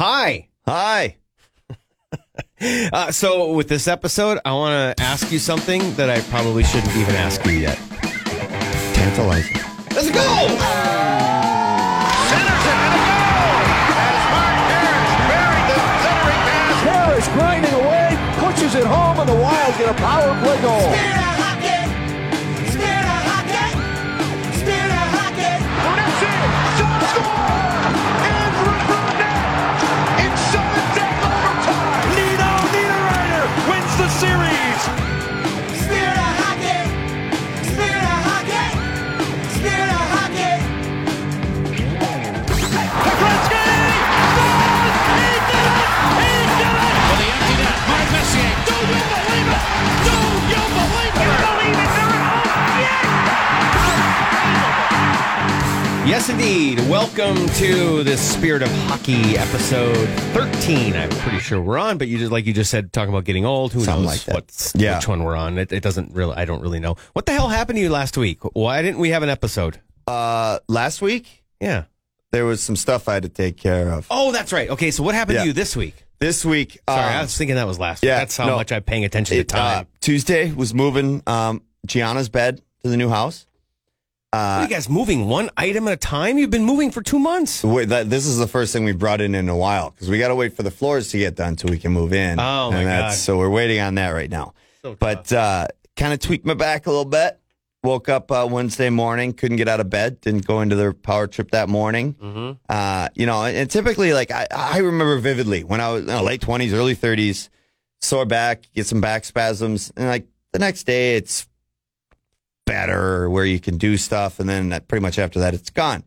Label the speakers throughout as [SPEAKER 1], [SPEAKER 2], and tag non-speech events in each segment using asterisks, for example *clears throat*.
[SPEAKER 1] Hi. *laughs* uh, so, with this episode, I want to ask you something that I probably shouldn't even ask you yet. Tantalizing. Let's go!
[SPEAKER 2] Harris grinding away, pushes it home, and the Wild get a power play goal.
[SPEAKER 1] Yes, indeed. Welcome to the Spirit of Hockey episode 13. I'm pretty sure we're on, but you just, like you just said, talking about getting old. Who
[SPEAKER 3] Something
[SPEAKER 1] knows
[SPEAKER 3] like that.
[SPEAKER 1] what's-
[SPEAKER 3] Yeah.
[SPEAKER 1] which one we're on? It, it doesn't really, I don't really know. What the hell happened to you last week? Why didn't we have an episode?
[SPEAKER 3] Uh, last week
[SPEAKER 1] Yeah.
[SPEAKER 3] there was some stuff I had to take care of.
[SPEAKER 1] Oh, that's right. Okay, so what happened
[SPEAKER 3] Yeah.
[SPEAKER 1] to you this week?
[SPEAKER 3] This week,
[SPEAKER 1] Sorry,
[SPEAKER 3] um,
[SPEAKER 1] I was thinking that was last.
[SPEAKER 3] yeah,
[SPEAKER 1] week. that's how
[SPEAKER 3] no.
[SPEAKER 1] much I'm paying attention to
[SPEAKER 3] it, uh,
[SPEAKER 1] time.
[SPEAKER 3] Tuesday was moving um, Gianna's bed to the new house.
[SPEAKER 1] What
[SPEAKER 3] Uh,
[SPEAKER 1] are you guys moving one item at a time? You've been moving for two months.
[SPEAKER 3] wait, that, this is the first thing we brought in in a while because we got to wait for the floors to get done so we can move in.
[SPEAKER 1] Oh, my
[SPEAKER 3] And
[SPEAKER 1] God.
[SPEAKER 3] So we're waiting on that right now. But uh, kind of tweaked my back a little bit. Woke up uh, Wednesday morning, couldn't get out of bed, didn't go into the power trip that morning.
[SPEAKER 1] Mm-hmm.
[SPEAKER 3] Uh, you know, and, and typically, like I, I remember vividly when I was in the late twenties, early thirties, sore back, get some back spasms, and like the next day it's better, where you can do stuff, and then that, pretty much after that it's gone.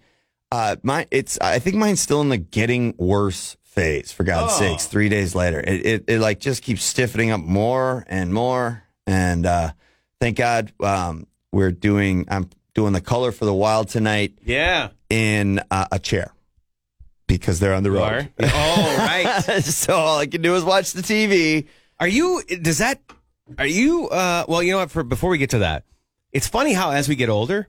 [SPEAKER 3] Uh, my it's I think mine's still in the getting worse phase. For God's
[SPEAKER 1] Oh.
[SPEAKER 3] sakes, three days later, it, it it like just keeps stiffening up more and more, and uh, thank God um, we're doing I'm doing the color for the wild tonight
[SPEAKER 1] yeah,
[SPEAKER 3] in uh, a chair because they're on the
[SPEAKER 1] you
[SPEAKER 3] road.
[SPEAKER 1] are. oh, right.
[SPEAKER 3] *laughs* so all I can do is watch the TV.
[SPEAKER 1] *laughs* Are you? Does that? Are you? Uh, well, you know what? For before we get to that, it's funny how as we get older,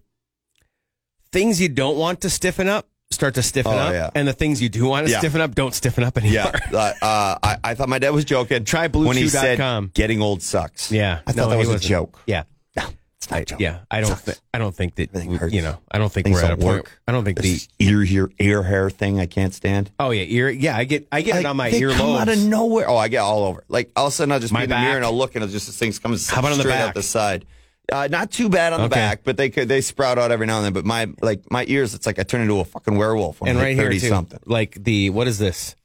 [SPEAKER 1] things you don't want to stiffen up start to stiffen
[SPEAKER 3] Oh,
[SPEAKER 1] up,
[SPEAKER 3] yeah.
[SPEAKER 1] and the things you do want to
[SPEAKER 3] Yeah.
[SPEAKER 1] stiffen up don't stiffen up anymore. *laughs*
[SPEAKER 3] Yeah, uh, uh, I, I thought my dad was joking.
[SPEAKER 1] Try
[SPEAKER 3] when he said
[SPEAKER 1] bluechew.com.
[SPEAKER 3] getting old sucks.
[SPEAKER 1] Yeah.
[SPEAKER 3] I thought
[SPEAKER 1] No,
[SPEAKER 3] that
[SPEAKER 1] he
[SPEAKER 3] was
[SPEAKER 1] wasn't.
[SPEAKER 3] a joke.
[SPEAKER 1] Yeah.
[SPEAKER 3] It's not a joke.
[SPEAKER 1] Yeah, I don't.
[SPEAKER 3] Sucks.
[SPEAKER 1] Th- I don't think that.
[SPEAKER 3] Everything
[SPEAKER 1] we-
[SPEAKER 3] hurts.
[SPEAKER 1] You know, I don't think
[SPEAKER 3] Things
[SPEAKER 1] we're at a
[SPEAKER 3] don't
[SPEAKER 1] point.
[SPEAKER 3] work.
[SPEAKER 1] I don't think
[SPEAKER 3] This
[SPEAKER 1] the.
[SPEAKER 3] is ear, ear ear hair thing I can't stand.
[SPEAKER 1] Oh yeah, ear. Yeah, I get. I get it
[SPEAKER 3] Like,
[SPEAKER 1] on my
[SPEAKER 3] they come out of
[SPEAKER 1] earlobes.
[SPEAKER 3] nowhere. Oh, I get all over. Like all of a sudden, I'll just
[SPEAKER 1] My
[SPEAKER 3] be in the mirror
[SPEAKER 1] back.
[SPEAKER 3] and I'll look and it's just this thing's coming
[SPEAKER 1] How about on the
[SPEAKER 3] straight
[SPEAKER 1] back?
[SPEAKER 3] out the side. Uh, not too bad on the
[SPEAKER 1] Okay.
[SPEAKER 3] back, but they could they sprout out every now and then. But my like my ears, it's like I turn into a fucking werewolf when
[SPEAKER 1] And
[SPEAKER 3] I'm
[SPEAKER 1] right
[SPEAKER 3] like
[SPEAKER 1] here
[SPEAKER 3] thirty
[SPEAKER 1] too.
[SPEAKER 3] something.
[SPEAKER 1] Like the what is this?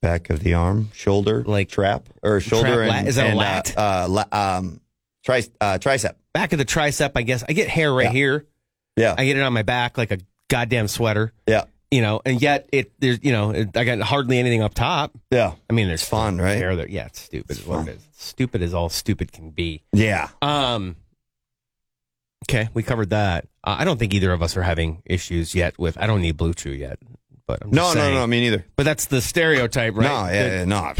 [SPEAKER 3] back of the arm, shoulder,
[SPEAKER 1] Like-
[SPEAKER 3] trap or shoulder
[SPEAKER 1] lat-
[SPEAKER 3] and
[SPEAKER 1] is that a
[SPEAKER 3] and,
[SPEAKER 1] lat?
[SPEAKER 3] Uh, uh, la- um, tri- uh, tricep.
[SPEAKER 1] Back of the tricep, I guess. I get hair right
[SPEAKER 3] Yeah.
[SPEAKER 1] here.
[SPEAKER 3] Yeah,
[SPEAKER 1] I get it on my back like a goddamn sweater.
[SPEAKER 3] yeah,
[SPEAKER 1] You know, and yet it there's you know it, I got hardly anything up top.
[SPEAKER 3] yeah,
[SPEAKER 1] I mean, there's
[SPEAKER 3] fun, right?
[SPEAKER 1] Hair there. Yeah, it's stupid.
[SPEAKER 3] It's
[SPEAKER 1] is what
[SPEAKER 3] fun.
[SPEAKER 1] it is. Stupid as all stupid can be.
[SPEAKER 3] yeah.
[SPEAKER 1] Um. Okay, we covered that. Uh, I don't think either of us are having issues yet with. I don't need Blue Chew yet, but I'm
[SPEAKER 3] No,
[SPEAKER 1] just
[SPEAKER 3] no,
[SPEAKER 1] saying.
[SPEAKER 3] no, me neither.
[SPEAKER 1] But that's the stereotype, right?
[SPEAKER 3] No, yeah,
[SPEAKER 1] That-
[SPEAKER 3] yeah, no.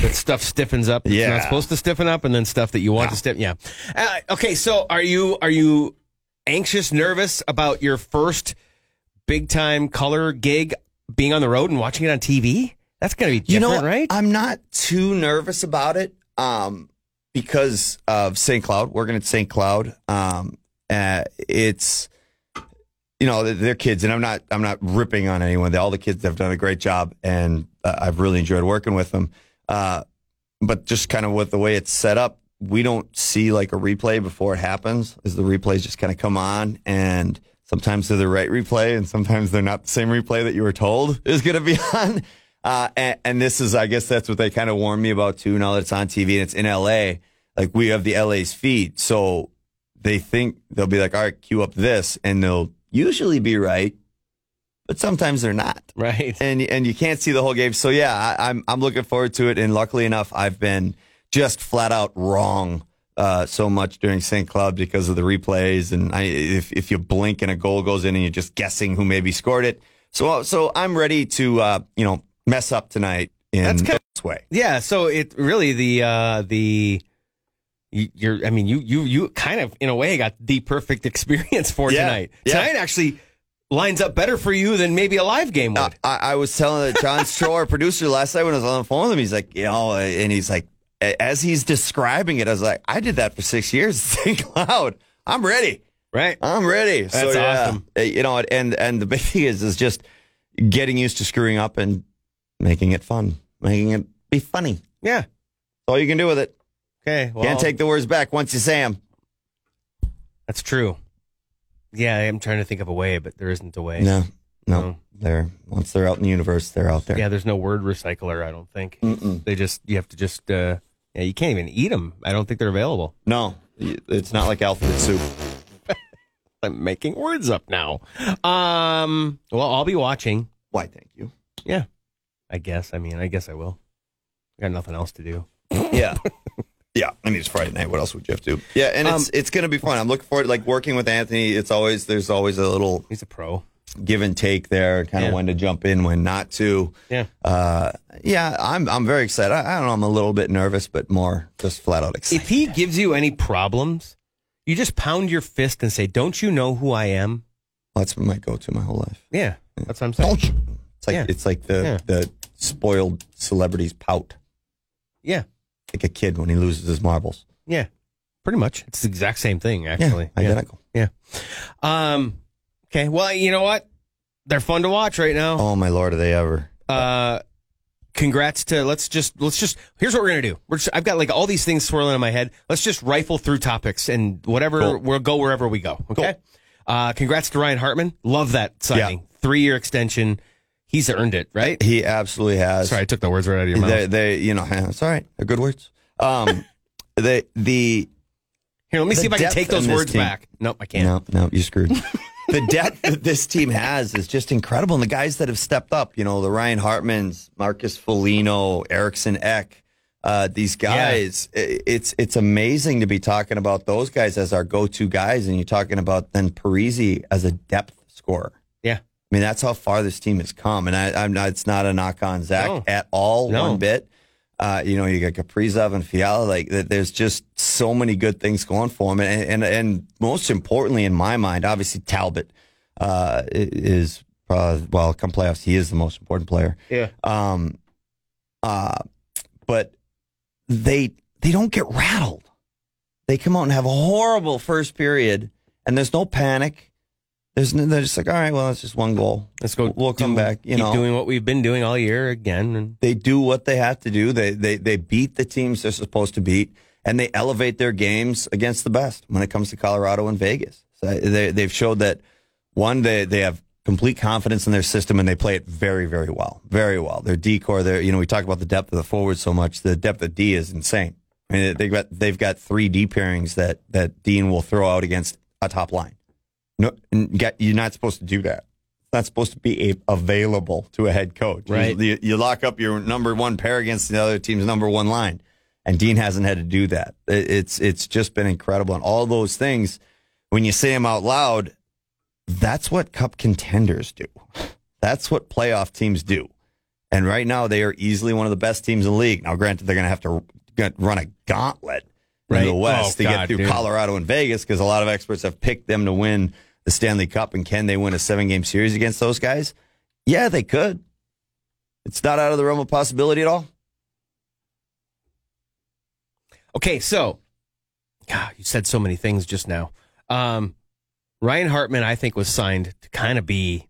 [SPEAKER 1] that stuff stiffens up. It's
[SPEAKER 3] Yeah.
[SPEAKER 1] not supposed to stiffen up, and then stuff that you want to stiffen. Yeah. Uh, okay, so are you are you anxious, nervous about your first big time color gig being on the road and watching it on TV? That's gonna be different, right?
[SPEAKER 3] I'm not too nervous about it um, because of St. Cloud, working at St. Cloud. Um, uh, it's you know they're, they're kids, and I'm not I'm not ripping on anyone. All the kids have done a great job, and uh, I've really enjoyed working with them. Uh, but just kind of with the way it's set up, we don't see like a replay before it happens. Is the replays just kind of come on and. Sometimes they're the right replay, and sometimes they're not the same replay that you were told *laughs* is going to be on. Uh, and, and this is, I guess, that's what they kind of warned me about too. Now that it's on TV and it's in LA, like we have the LA's feed, so they think they'll be like, all right, cue up this, and they'll usually be right, but sometimes they're not
[SPEAKER 1] right.
[SPEAKER 3] and and you can't see the whole game. So yeah, I, I'm I'm looking forward to it. And luckily enough, I've been just flat out wrong uh, so much during St. Cloud because of the replays. And I, if if you blink and a goal goes in, and you're just guessing who maybe scored it. So uh, so I'm ready to uh, you know mess up tonight in
[SPEAKER 1] That's kind
[SPEAKER 3] this way.
[SPEAKER 1] Yeah, so it really the uh the y- you're I mean you you you kind of in a way got the perfect *laughs* experience for
[SPEAKER 3] Yeah,
[SPEAKER 1] tonight.
[SPEAKER 3] yeah.
[SPEAKER 1] Tonight actually lines up better for you than maybe a live game would.
[SPEAKER 3] I, I I was telling John Stroh, our producer, last night when I was on the phone with him, he's like, you know, and he's like, a- as he's describing it, I was like, I did that for six years, St. Cloud. I'm ready.
[SPEAKER 1] right?
[SPEAKER 3] I'm ready.
[SPEAKER 1] That's
[SPEAKER 3] so, yeah,
[SPEAKER 1] awesome.
[SPEAKER 3] Uh, You know, and and the big *laughs* thing is is just getting used to screwing up and making it fun, making it be funny.
[SPEAKER 1] Yeah.
[SPEAKER 3] That's all you can do with it.
[SPEAKER 1] Okay. Well,
[SPEAKER 3] Can't take the words back once you say them.
[SPEAKER 1] That's true. Yeah, I am trying to think of a way, but there isn't a way.
[SPEAKER 3] No, no,
[SPEAKER 1] No.
[SPEAKER 3] They're once they're out in the universe, they're out there.
[SPEAKER 1] Yeah, there's no word recycler. I don't think they just you have to just uh, yeah you can't even eat them. I don't think they're available.
[SPEAKER 3] No, it's not like alphabet soup.
[SPEAKER 1] I'm making words up now. Um. Well, I'll be watching.
[SPEAKER 3] Why? Thank you.
[SPEAKER 1] Yeah. I guess. I mean, I guess I will. I got nothing else to do.
[SPEAKER 3] Yeah. *laughs* Yeah, I mean it's Friday night. What else would you have to? do? Yeah, and
[SPEAKER 1] Um,
[SPEAKER 3] it's it's gonna be fun. I'm looking forward. Like working with Anthony, it's always there's always a little
[SPEAKER 1] He's a pro.
[SPEAKER 3] give and take there, kind
[SPEAKER 1] Yeah.
[SPEAKER 3] of when to jump in, when not to.
[SPEAKER 1] Yeah.
[SPEAKER 3] Uh, yeah, I'm I'm very excited. I, I don't know, I'm a little bit nervous, but more just flat out excited.
[SPEAKER 1] If he gives you any problems, you just pound your fist and say, "Don't you know who I am?"
[SPEAKER 3] That's been my go-to my whole life.
[SPEAKER 1] Yeah, that's what I'm saying.
[SPEAKER 3] It's like
[SPEAKER 1] Yeah.
[SPEAKER 3] it's like the
[SPEAKER 1] Yeah.
[SPEAKER 3] the spoiled celebrities pout,
[SPEAKER 1] Yeah,
[SPEAKER 3] like a kid when he loses his marbles.
[SPEAKER 1] yeah, pretty much. It's the exact same thing,
[SPEAKER 3] Yeah,
[SPEAKER 1] actually.
[SPEAKER 3] identical.
[SPEAKER 1] Yeah. Um. Okay. Well, you know what? They're fun to watch right now.
[SPEAKER 3] Oh my lord, are they ever?
[SPEAKER 1] Uh, congrats to. Let's just. Let's just. Here's what we're gonna do. We're just, I've got like all these things swirling in my head. Let's just rifle through topics and whatever.
[SPEAKER 3] Cool.
[SPEAKER 1] We'll go wherever we go. Okay. Uh, congrats to Ryan Hartman. Love that signing. Three year extension. He's earned it, right?
[SPEAKER 3] He absolutely has.
[SPEAKER 1] Sorry, I took the words right out of your mouth.
[SPEAKER 3] They, they, you know, *laughs* it's all right. They're good words. Um, *laughs* the the
[SPEAKER 1] Here, let me
[SPEAKER 3] the
[SPEAKER 1] see if I can
[SPEAKER 3] depth
[SPEAKER 1] take those
[SPEAKER 3] in this
[SPEAKER 1] words
[SPEAKER 3] team.
[SPEAKER 1] back. Nope, I can't.
[SPEAKER 3] No, no, you're screwed. the depth that this team has is just incredible. And the guys that have stepped up, you know, the Ryan Hartmans, Marcus Foligno, Erickson Eck, uh, these guys, i- it's it's amazing to be talking about those guys as our go to guys. And you're talking about then Parisi as a depth scorer.
[SPEAKER 1] Yeah.
[SPEAKER 3] I mean, that's how far this team has come, and I, I'm not. It's not a knock on Zach
[SPEAKER 1] No.
[SPEAKER 3] at all,
[SPEAKER 1] No.
[SPEAKER 3] one bit. Uh, you know, you got Kaprizov and Fiala. Like, th- there's just so many good things going for him, and and, and most importantly, in my mind, obviously Talbot uh, i- is probably well, come playoffs, he is the most important player.
[SPEAKER 1] Yeah.
[SPEAKER 3] Um, uh, but they they don't get rattled. They come out and have a horrible first period, and there's no panic. There's no, they're just like, all right, well, it's just one goal.
[SPEAKER 1] Let's go.
[SPEAKER 3] We'll come
[SPEAKER 1] do-
[SPEAKER 3] back. You
[SPEAKER 1] keep
[SPEAKER 3] know,
[SPEAKER 1] doing what we've been doing all year again. And
[SPEAKER 3] they do what they have to do. They they they beat the teams they're supposed to beat, and they elevate their games against the best when it comes to Colorado and Vegas. So they they've showed that one they they have complete confidence in their system and they play it very very well, very well. Their decor, their you know we talk about the depth of the forward so much. The depth of D is insane. I mean they've got they've got three D pairings that that Dean will throw out against a top line. No, n- get- you're not supposed to do that. It's not supposed to be a, available to a head coach. You-
[SPEAKER 1] Right.
[SPEAKER 3] You, you lock up your number one pair against the other team's number one line, and Dean hasn't had to do that. It- it's it's just been incredible, and all those things when you say them out loud, that's what cup contenders do. That's what playoff teams do. And right now, they are easily one of the best teams in the league. Now, granted, they're going to have to r- run a gauntlet
[SPEAKER 1] Right.
[SPEAKER 3] in the West
[SPEAKER 1] Oh,
[SPEAKER 3] to
[SPEAKER 1] God,
[SPEAKER 3] get through
[SPEAKER 1] dude.
[SPEAKER 3] Colorado and Vegas because a lot of experts have picked them to win the Stanley Cup. And can they win a seven game series against those guys? Yeah, they could. It's not out of the realm of possibility at all.
[SPEAKER 1] okay, so God, you said so many things just now. Um, Ryan Hartman, I think, was signed to kind of be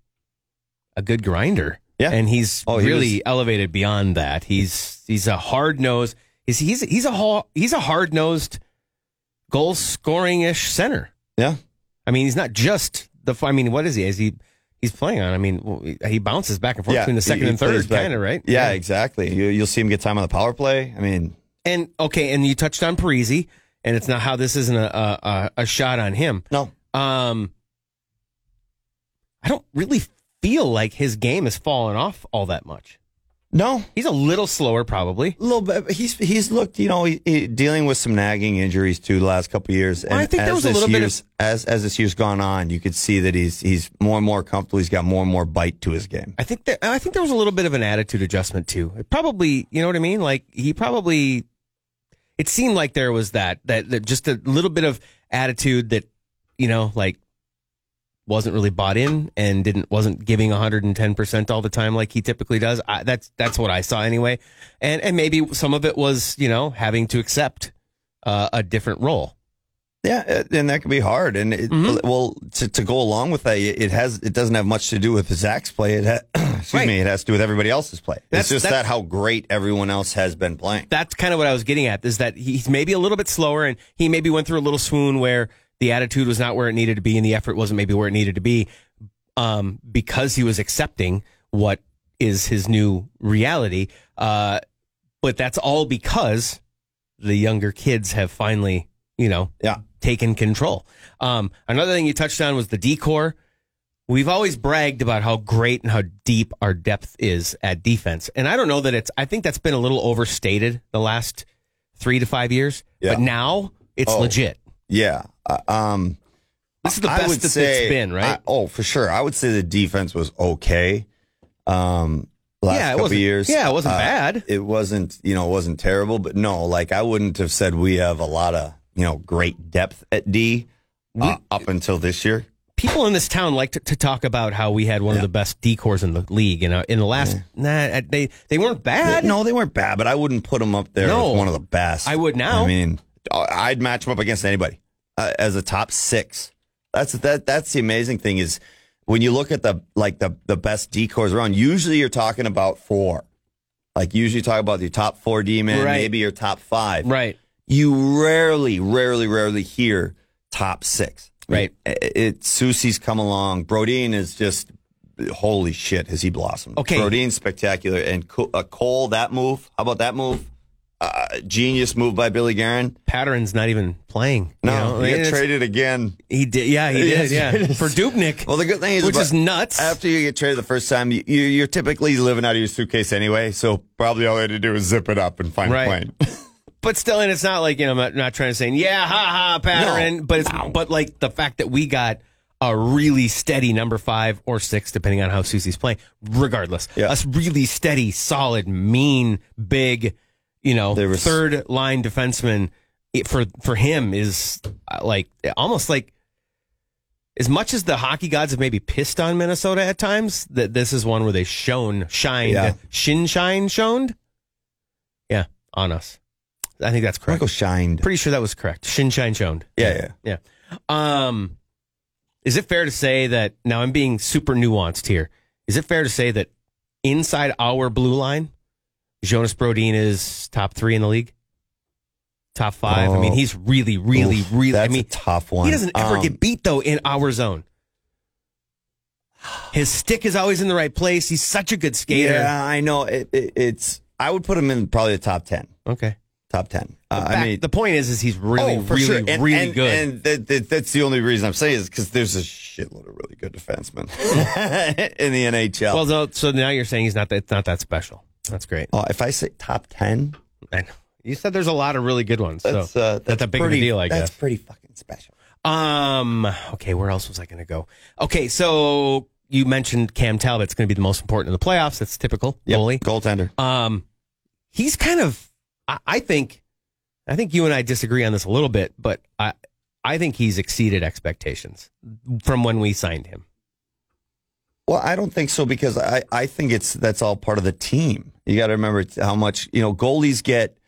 [SPEAKER 1] a good grinder.
[SPEAKER 3] Yeah.
[SPEAKER 1] and he's
[SPEAKER 3] Oh, he
[SPEAKER 1] really
[SPEAKER 3] was-
[SPEAKER 1] elevated beyond that. He's he's a hard nosed. He's he's he's a ho- he's a hard nosed goal scoring ish center.
[SPEAKER 3] Yeah.
[SPEAKER 1] I mean, he's not just the. I mean, what is he? Is he? He's playing on. I mean, well, he bounces back and forth between the
[SPEAKER 3] he-
[SPEAKER 1] second
[SPEAKER 3] he
[SPEAKER 1] and
[SPEAKER 3] plays
[SPEAKER 1] third,
[SPEAKER 3] back.
[SPEAKER 1] kind of right.
[SPEAKER 3] Yeah, exactly. You, you'll see him get time on the power play. I mean,
[SPEAKER 1] And okay, and you touched on Parisi, and it's not how this isn't a a, a, a shot on him.
[SPEAKER 3] no,
[SPEAKER 1] Um, I don't really feel like his game has fallen off all that much.
[SPEAKER 3] no,
[SPEAKER 1] He's a little slower, probably.
[SPEAKER 3] A little bit. but He's he's looked, you know, he, he, dealing with some nagging injuries too the last couple of years.
[SPEAKER 1] Well, I think
[SPEAKER 3] as
[SPEAKER 1] there was a
[SPEAKER 3] this
[SPEAKER 1] little bit of-
[SPEAKER 3] year's, as as this year's gone on, you could see that he's he's more and more comfortable. He's got more and more bite to his game.
[SPEAKER 1] I think that I think there was a little bit of an attitude adjustment too. It probably, you know what I mean? Like he probably, it seemed like there was that that, that just a little bit of attitude that, you know, like wasn't really bought in and didn't wasn't giving 110% all the time like he typically does. I, that's that's what I saw anyway. And and maybe some of it was, you know, having to accept uh, a different role.
[SPEAKER 3] Yeah, uh, and that can be hard. And it, well, to, to go along with that, it it has it doesn't have much to do with Zach's play. It ha- *clears throat* excuse
[SPEAKER 1] Right.
[SPEAKER 3] me, it has to do with everybody else's play.
[SPEAKER 1] That's-
[SPEAKER 3] it's just
[SPEAKER 1] that's-
[SPEAKER 3] that how great everyone else has been playing.
[SPEAKER 1] That's kind of what I was getting at is that he's maybe a little bit slower and he maybe went through a little swoon where the attitude was not where it needed to be and the effort wasn't maybe where it needed to be um, because he was accepting what is his new reality. Uh, but that's all because the younger kids have finally, you know,
[SPEAKER 3] Yeah.
[SPEAKER 1] taken control. Um, another thing you touched on was the decor. We've always bragged about how great and how deep our depth is at defense. And I don't know that it's, I think that's been a little overstated the last three to five years.
[SPEAKER 3] Yeah.
[SPEAKER 1] But now it's
[SPEAKER 3] Oh.
[SPEAKER 1] legit.
[SPEAKER 3] Yeah. Uh, um,
[SPEAKER 1] This is the
[SPEAKER 3] I
[SPEAKER 1] best
[SPEAKER 3] would
[SPEAKER 1] that
[SPEAKER 3] say-
[SPEAKER 1] it's been, right?
[SPEAKER 3] I- oh, for sure. I would say the defense was okay. Um, last
[SPEAKER 1] Yeah, it
[SPEAKER 3] couple
[SPEAKER 1] wasn't-
[SPEAKER 3] years. Uh,
[SPEAKER 1] yeah, it wasn't bad.
[SPEAKER 3] It wasn't, you know, it wasn't terrible, but no, like I wouldn't have said we have a lot of, you know, great depth at D uh, up until this year.
[SPEAKER 1] people in this town like to, to talk about how we had one of the best decors in the league. And uh, in the last, nah, uh, they they weren't bad.
[SPEAKER 3] No, they weren't bad, but I wouldn't put them up there
[SPEAKER 1] No.
[SPEAKER 3] with one of the best.
[SPEAKER 1] I would now.
[SPEAKER 3] I mean, I- I'd match them up against anybody uh, as a top six. That's that. That's the amazing thing is when you look at the like the the best decors around. Usually, you're talking about four. Like usually, you talk about your top four demon,
[SPEAKER 1] Right.
[SPEAKER 3] maybe your top five.
[SPEAKER 1] right.
[SPEAKER 3] You rarely, rarely, rarely hear top six.
[SPEAKER 1] Right.
[SPEAKER 3] It, it Susie's come along. Brodeen is just holy shit. Has he blossomed?
[SPEAKER 1] Okay.
[SPEAKER 3] Brodeen's spectacular, and Co- uh, Cole that move. How about that move? Uh, genius move by Billy Garren.
[SPEAKER 1] Patterns not even playing. you know?
[SPEAKER 3] No,
[SPEAKER 1] I mean,
[SPEAKER 3] he got
[SPEAKER 1] it's-
[SPEAKER 3] traded again.
[SPEAKER 1] he did. Yeah, he did.
[SPEAKER 3] Yes,
[SPEAKER 1] Yeah,
[SPEAKER 3] yes.
[SPEAKER 1] for Dubnik.
[SPEAKER 3] Well, the good thing is,
[SPEAKER 1] which
[SPEAKER 3] but
[SPEAKER 1] is nuts.
[SPEAKER 3] After you get traded the first time, you, you- you're typically living out of your suitcase anyway. So probably all they had to do is zip it up and find
[SPEAKER 1] Right.
[SPEAKER 3] a plane.
[SPEAKER 1] but still, and it's not like you know, I'm not, not trying to say, yeah, ha ha, Patterin.
[SPEAKER 3] No.
[SPEAKER 1] but it's but like the fact that we got. A really steady number five or six, depending on how Susie's playing. Regardless,
[SPEAKER 3] Yeah.
[SPEAKER 1] us really steady, solid, mean, big, you know,
[SPEAKER 3] There was-
[SPEAKER 1] third line defenseman it, for for him is uh, like almost like as much as the hockey gods have maybe pissed on Minnesota at times. That this is one where they shone, shined,
[SPEAKER 3] Yeah.
[SPEAKER 1] shin shine, shoned. Yeah, on us. I think that's correct.
[SPEAKER 3] Michael shined.
[SPEAKER 1] Pretty sure that was correct. Shin shine shoned.
[SPEAKER 3] Yeah, yeah.
[SPEAKER 1] Yeah. Um, is it fair to say that now I'm being super nuanced here? Is it fair to say that inside our blue line, Jonas Brodeen is top three in the league? Top five? I mean,
[SPEAKER 3] Oh.
[SPEAKER 1] he's really, really,
[SPEAKER 3] Oof,
[SPEAKER 1] really.
[SPEAKER 3] That's
[SPEAKER 1] I mean,
[SPEAKER 3] a tough one.
[SPEAKER 1] he doesn't ever
[SPEAKER 3] Um,
[SPEAKER 1] get beat though in our zone. His stick is always in the right place. He's such a good skater.
[SPEAKER 3] Yeah, I know. It, it, it's. I would put him in probably the top ten.
[SPEAKER 1] Okay.
[SPEAKER 3] Top ten. Uh,
[SPEAKER 1] Back-
[SPEAKER 3] I mean, oh,
[SPEAKER 1] the point is, is he's really, really,
[SPEAKER 3] And-
[SPEAKER 1] really
[SPEAKER 3] and-
[SPEAKER 1] good.
[SPEAKER 3] And that, that, that's the only reason I'm saying is because there's a shitload of really good defensemen *laughs* in the NHL.
[SPEAKER 1] well, so, so now you're saying he's not that, it's not that special. That's great.
[SPEAKER 3] oh, if I say top ten,
[SPEAKER 1] I know. You said there's a lot of really good ones.
[SPEAKER 3] that's
[SPEAKER 1] so
[SPEAKER 3] uh, that's,
[SPEAKER 1] a big of a
[SPEAKER 3] pretty,
[SPEAKER 1] deal, I
[SPEAKER 3] That's
[SPEAKER 1] guess.
[SPEAKER 3] pretty fucking special.
[SPEAKER 1] Um. Okay, where else was I going to go? Okay, so you mentioned Cam Talbot's going to be the most important in the playoffs. That's typical goalie.
[SPEAKER 3] goaltender.
[SPEAKER 1] Um, he's kind of. I, I think. I think you and I disagree on this a little bit, but I, I think he's exceeded expectations from when we signed him.
[SPEAKER 3] Well, I don't think so because I, I think it's that's all part of the team. You got to remember it's how much you know goalies get.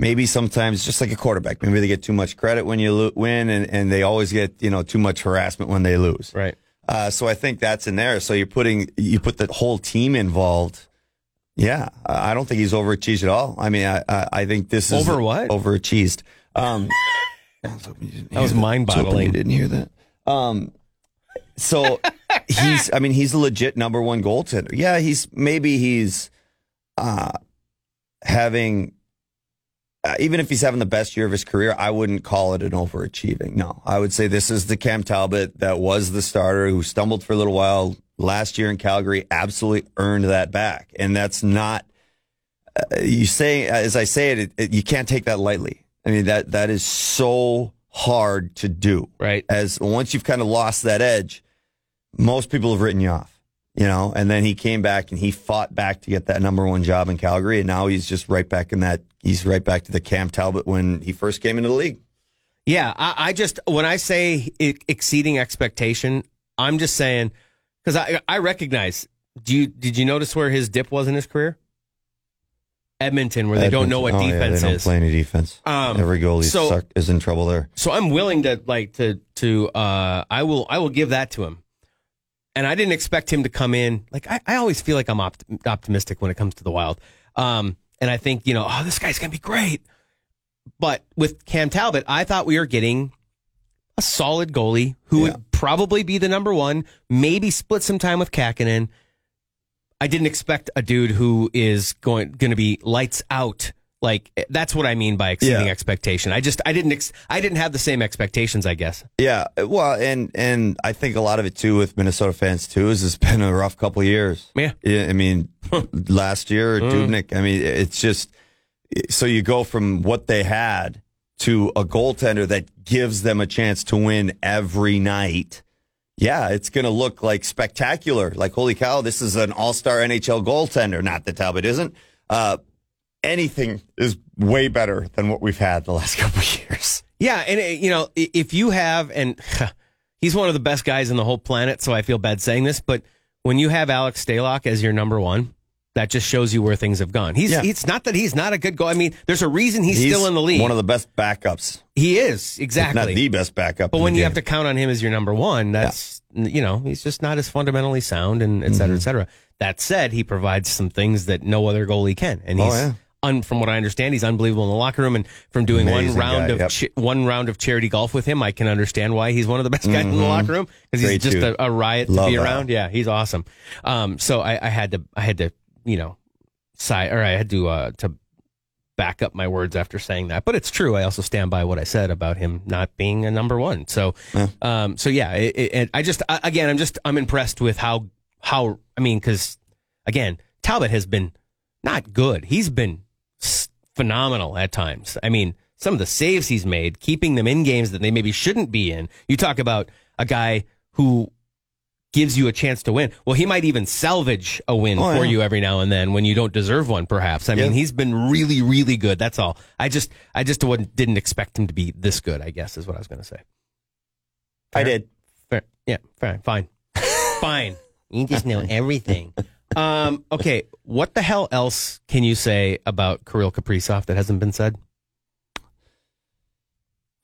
[SPEAKER 3] Maybe sometimes just like a quarterback, maybe they get too much credit when you lo- win, and, and they always get you know too much harassment when they lose.
[SPEAKER 1] Right.
[SPEAKER 3] Uh, so I think that's in there. So you're putting you put the whole team involved. Yeah, I I don't think he's overachieved at all. I mean, I I, I think this is
[SPEAKER 1] Over what?
[SPEAKER 3] overachieved. Um, *laughs* I was hoping you didn't hear
[SPEAKER 1] was
[SPEAKER 3] I hoping
[SPEAKER 1] mind-boggling.
[SPEAKER 3] You didn't hear that. Um,
[SPEAKER 1] *laughs*
[SPEAKER 3] so he's. I mean, he's a legit number one goaltender. Yeah, he's maybe he's uh, having. Uh, even if he's having the best year of his career, I wouldn't call it an overachieving. No, I would say this is the Cam Talbot that was the starter who stumbled for a little while last year in Calgary. Absolutely earned that back, and that's not you say as I say it, it, it- you can't take that lightly. I mean that that is so hard to do.
[SPEAKER 1] Right.
[SPEAKER 3] As once you've kind of lost that edge, most people have written you off. You know, and then he came back and he fought back to get that number one job in Calgary, and now he's just right back in that. He's right back to the Cam Talbot when he first came into the league.
[SPEAKER 1] Yeah, I, I just when I say e- exceeding expectation, I'm just saying because I I recognize. Do you did you notice where his dip was in his career? Edmonton, where they don't know what
[SPEAKER 3] Edmonton- oh, yeah,
[SPEAKER 1] defense
[SPEAKER 3] they don't
[SPEAKER 1] is.
[SPEAKER 3] play any defense.
[SPEAKER 1] Um,
[SPEAKER 3] Every goalie
[SPEAKER 1] so-
[SPEAKER 3] suck- is in trouble there.
[SPEAKER 1] So I'm willing to like to to uh I will I will give that to him. And I didn't expect him to come in. Like I, I always feel like I'm opt- optimistic when it comes to the Wild. Um and I think, you know, oh this guy's going to be great. But with Cam Talbot, I thought we were getting a solid goalie who
[SPEAKER 3] Yeah.
[SPEAKER 1] would probably be the number 1, maybe split some time with Kakinen. I didn't expect a dude who is going going to be lights out. Like that's what I mean by exceeding
[SPEAKER 3] Yeah.
[SPEAKER 1] expectation. I just I didn't ex- I didn't have the same expectations. I guess.
[SPEAKER 3] Yeah, well, and and I think a lot of it too with Minnesota fans too is it's been a rough couple of years.
[SPEAKER 1] Yeah.
[SPEAKER 3] I
[SPEAKER 1] *laughs*
[SPEAKER 3] mean, last year
[SPEAKER 1] Mm.
[SPEAKER 3] Dubnik. I mean, it's just so you go from what they had to a goaltender that gives them a chance to win every night. Yeah, it's going to look like spectacular. Like holy cow, this is an all-star NHL goaltender. Not that Talbot isn't. Uh, anything is way better than what we've had the last *laughs* couple of years.
[SPEAKER 1] Yeah, and uh, you know i- if you have and he's one of the best guys on the whole planet, so I feel bad saying this, but when you have Alex Stalock as your number one, that just shows you where things have gone. He's
[SPEAKER 3] Yeah.
[SPEAKER 1] it's not that he's not a good goal. I mean, there's a reason he's, still in the league.
[SPEAKER 3] One of the best backups
[SPEAKER 1] he is
[SPEAKER 3] If
[SPEAKER 1] exactly.
[SPEAKER 3] Not the best backup.
[SPEAKER 1] But
[SPEAKER 3] in
[SPEAKER 1] when
[SPEAKER 3] the
[SPEAKER 1] you have to
[SPEAKER 3] game.
[SPEAKER 1] count on him as your number one, that's you know he's just not as fundamentally sound and et
[SPEAKER 3] Mm-hmm.
[SPEAKER 1] cetera, et cetera. That said, he provides some things that no other goalie can, and
[SPEAKER 3] Oh,
[SPEAKER 1] he's
[SPEAKER 3] yeah.
[SPEAKER 1] un, from what I understand, he's unbelievable in the locker room. And from doing one
[SPEAKER 3] Amazing
[SPEAKER 1] round
[SPEAKER 3] guy,
[SPEAKER 1] of
[SPEAKER 3] yep.
[SPEAKER 1] chi- one round of charity golf with him, I can understand why he's one of the best guys in the locker room because he's
[SPEAKER 3] Mm-hmm. Great
[SPEAKER 1] just
[SPEAKER 3] dude.
[SPEAKER 1] a, a riot
[SPEAKER 3] Love
[SPEAKER 1] to be
[SPEAKER 3] that.
[SPEAKER 1] around. Yeah, he's awesome. Um, so I, I had to I had to you know sigh or I had to uh, to back up my words after saying that, but it's true. I also stand by what I said about him not being a number one. So, um, so yeah, it, it, it- I just I, again, I'm just I'm impressed with how how I mean, because again, Talbot has been not good. He's been s- phenomenal at times. I mean, some of the saves he's made, keeping them in games that they maybe shouldn't be in. You talk about a guy who gives you a chance to win. Well, he might even salvage a win
[SPEAKER 3] Oh,
[SPEAKER 1] for
[SPEAKER 3] yeah.
[SPEAKER 1] you every now and then when you don't deserve one, perhaps. I mean,
[SPEAKER 3] Yeah.
[SPEAKER 1] he's been really, really good. That's all. I just, I just wasn't, didn't expect him to be this good. I guess is what I was going to say.
[SPEAKER 3] I did.
[SPEAKER 1] Fair. Yeah. Fair. Fine. fine. You just know everything. Um, okay. What the hell else can you say about Kirill Kaprizov that hasn't been said?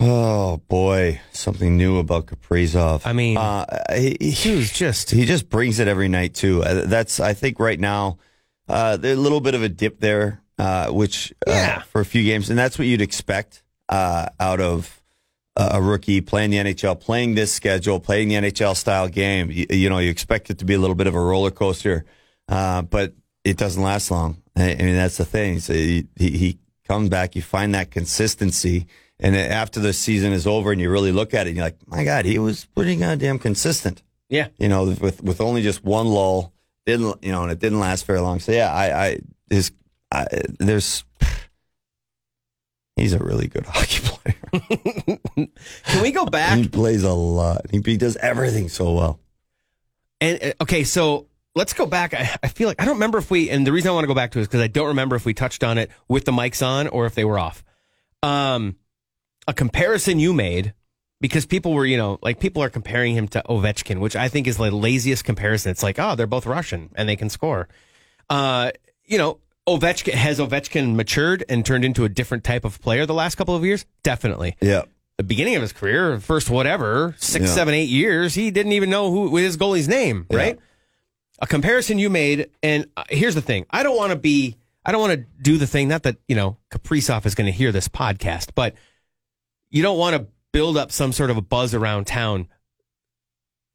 [SPEAKER 3] Oh boy, something new about Kaprizov.
[SPEAKER 1] I mean-
[SPEAKER 3] uh, he,
[SPEAKER 1] He was just-
[SPEAKER 3] he just brings it every night too. Uh, That's I think right now uh, there's a little bit of a dip there, uh, which uh,
[SPEAKER 1] Yeah.
[SPEAKER 3] for a few games, and that's what you'd expect uh, out of a a rookie playing the NHL, playing this schedule, playing the NHL style game. You, you know, you expect it to be a little bit of a roller coaster, uh, but it doesn't last long. I, I mean, that's the thing. So he, he, he comes back, you find that consistency. And then after the season is over and you really look at it, and you're like, my God, he was pretty goddamn consistent
[SPEAKER 1] Yeah.
[SPEAKER 3] you know, with with only just one lull, didn't you know, and it didn't last very long. So yeah, I, I his, I, there's, he's a really good *laughs* hockey player.
[SPEAKER 1] Can we go back?
[SPEAKER 3] he plays a lot. He, he does everything so well.
[SPEAKER 1] And uh, okay, so let's go back. I, I feel like I don't remember if we, and the reason I want to go back to it is because I don't remember if we touched on it with the mics on or if they were off. Um, a comparison you made because people were, you know, like people are comparing him to Ovechkin, which I think is the laziest comparison. It's like, oh, they're both Russian and they can score. Uh, you know, Ovechkin has Ovechkin matured and turned into a different type of player the last couple of years. Definitely
[SPEAKER 3] Yeah,
[SPEAKER 1] the beginning of his career, first whatever, six,
[SPEAKER 3] Yeah.
[SPEAKER 1] seven, eight years, he didn't even know who his goalie's name,
[SPEAKER 3] Yeah.
[SPEAKER 1] right? A comparison you made, and uh, here's the thing: I don't want to be, I don't want to do the thing. Not that you know, Kaprizov is going to hear this podcast, but you don't want to build up some sort of a buzz around town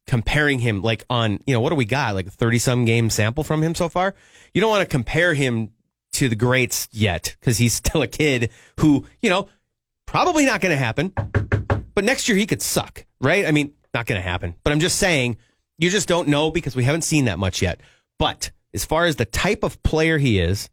[SPEAKER 1] comparing him like on you know what do we got like a 30 some game sample from him so far you don't want to compare him to the greats yet because he's *laughs* still a kid who you know probably not going to happen but next year he could suck right i mean not going to happen but i'm just saying you just don't know because we haven't seen that much yet but as far as the type of player he is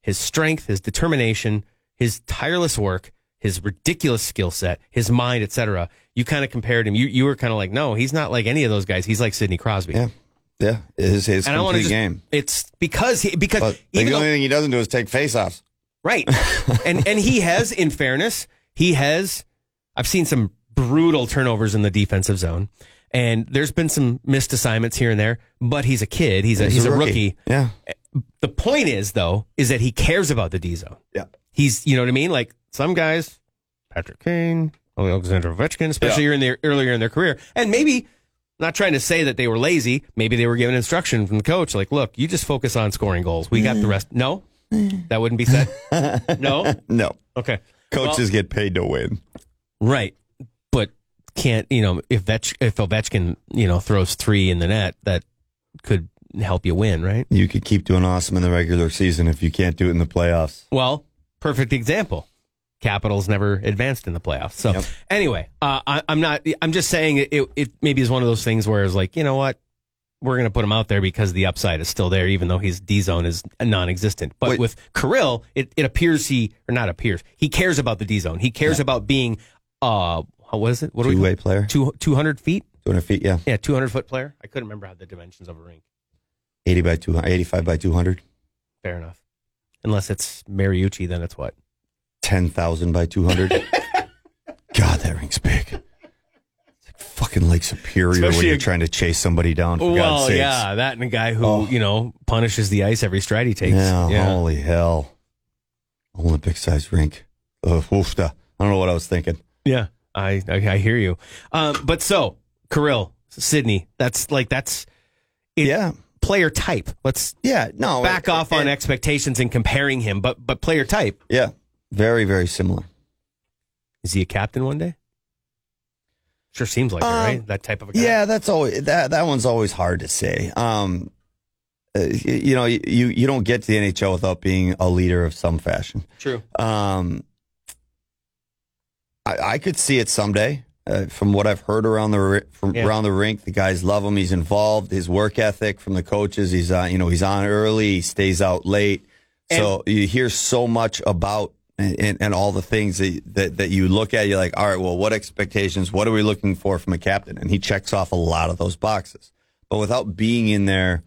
[SPEAKER 1] his strength, his determination, his tireless work, his ridiculous skill set, his mind, etc. You kind of compared him. You you were kind of like, no, he's not like any of those guys. He's like Sidney Crosby.
[SPEAKER 3] yeah, yeah. His his
[SPEAKER 1] and I want
[SPEAKER 3] complete
[SPEAKER 1] to just
[SPEAKER 3] game.
[SPEAKER 1] it's because he because
[SPEAKER 3] But
[SPEAKER 1] *laughs*
[SPEAKER 3] the
[SPEAKER 1] even
[SPEAKER 3] only
[SPEAKER 1] though,
[SPEAKER 3] thing he doesn't do is take faceoffs.
[SPEAKER 1] right and *laughs* and he has in fairness he has I've seen some brutal turnovers in the defensive zone. and there's been some missed assignments here and there, but he's a kid. He's a he's, a rookie.
[SPEAKER 3] Yeah.
[SPEAKER 1] The point is though, is that he cares about the D zone.
[SPEAKER 3] Yeah.
[SPEAKER 1] He's you know what I mean? Like some guys, Patrick Kane, Alexander Ovechkin, especially in their earlier in their career. And maybe not trying to say that they were lazy, maybe they were given instruction from the coach, like, look, you just focus on scoring goals. We got the rest. No? That wouldn't be said. No?
[SPEAKER 3] No.
[SPEAKER 1] Okay.
[SPEAKER 3] Coaches get paid to win.
[SPEAKER 1] Right, but can't you know if Vetch, if Ovechkin you know throws three in the net that could help you win, right?
[SPEAKER 3] You could keep doing awesome in the regular season if you can't do it in the playoffs.
[SPEAKER 1] Well, perfect example. Capitals never advanced in the playoffs. So
[SPEAKER 3] Yep.
[SPEAKER 1] anyway, uh, I, I'm not. I'm just saying it, it. It maybe is one of those things where it's like you know what. We're going to put him out there because the upside is still there, even though his D zone is non-existent. But
[SPEAKER 3] Wait.
[SPEAKER 1] with Kirill, it, it appears he or not appears he cares about the D zone. He cares about being uh, how was it? What do we
[SPEAKER 3] Two way player,
[SPEAKER 1] two two hundred feet?
[SPEAKER 3] 200 feet, yeah.
[SPEAKER 1] Yeah, 200 foot player. I couldn't remember how the dimensions of a rink.
[SPEAKER 3] 80 by 200, 85 by 200,
[SPEAKER 1] Fair enough. Unless it's Mariucci, then it's what?
[SPEAKER 3] 10,000 by 200.
[SPEAKER 1] *laughs*
[SPEAKER 3] God, that ring's big. It's like fucking Lake Superior when
[SPEAKER 1] Especially
[SPEAKER 3] you're
[SPEAKER 1] a-
[SPEAKER 3] trying to chase somebody down, for God's sakes.
[SPEAKER 1] yeah, that and a guy who,
[SPEAKER 3] Oh.
[SPEAKER 1] you know, punishes the ice every stride he takes.
[SPEAKER 3] Yeah, oh.
[SPEAKER 1] Yeah.
[SPEAKER 3] holy hell. Olympic sized rink. Ugh, oof, da. I don't know what I was thinking.
[SPEAKER 1] Yeah. I, I I hear you. Um, but so, Kirill, Sydney, that's like, that's It-
[SPEAKER 3] yeah.
[SPEAKER 1] player type. Let's
[SPEAKER 3] Yeah. No.
[SPEAKER 1] back
[SPEAKER 3] it-
[SPEAKER 1] off on
[SPEAKER 3] it-
[SPEAKER 1] expectations and comparing him, but but player type.
[SPEAKER 3] Yeah. Very, very similar.
[SPEAKER 1] Is he a captain one day? Sure seems like
[SPEAKER 3] Um,
[SPEAKER 1] it, right? That type of a guy.
[SPEAKER 3] Yeah, that's always that. That one's always hard to say. Um, uh, y- you know, y- you you don't get to the NHL without being a leader of some fashion.
[SPEAKER 1] True.
[SPEAKER 3] Um, I, I could see it someday. Uh, from what I've heard around the ri- from
[SPEAKER 1] Yeah.
[SPEAKER 3] around the rink, the guys love him. He's involved. His work ethic from the coaches. He's on. You know, he's on early. He stays out late. so you hear so much about and, and, and all the things that, that that you look at. You're like, all right, well, what expectations? What are we looking for from a captain? And he checks off a lot of those boxes. But without being in there,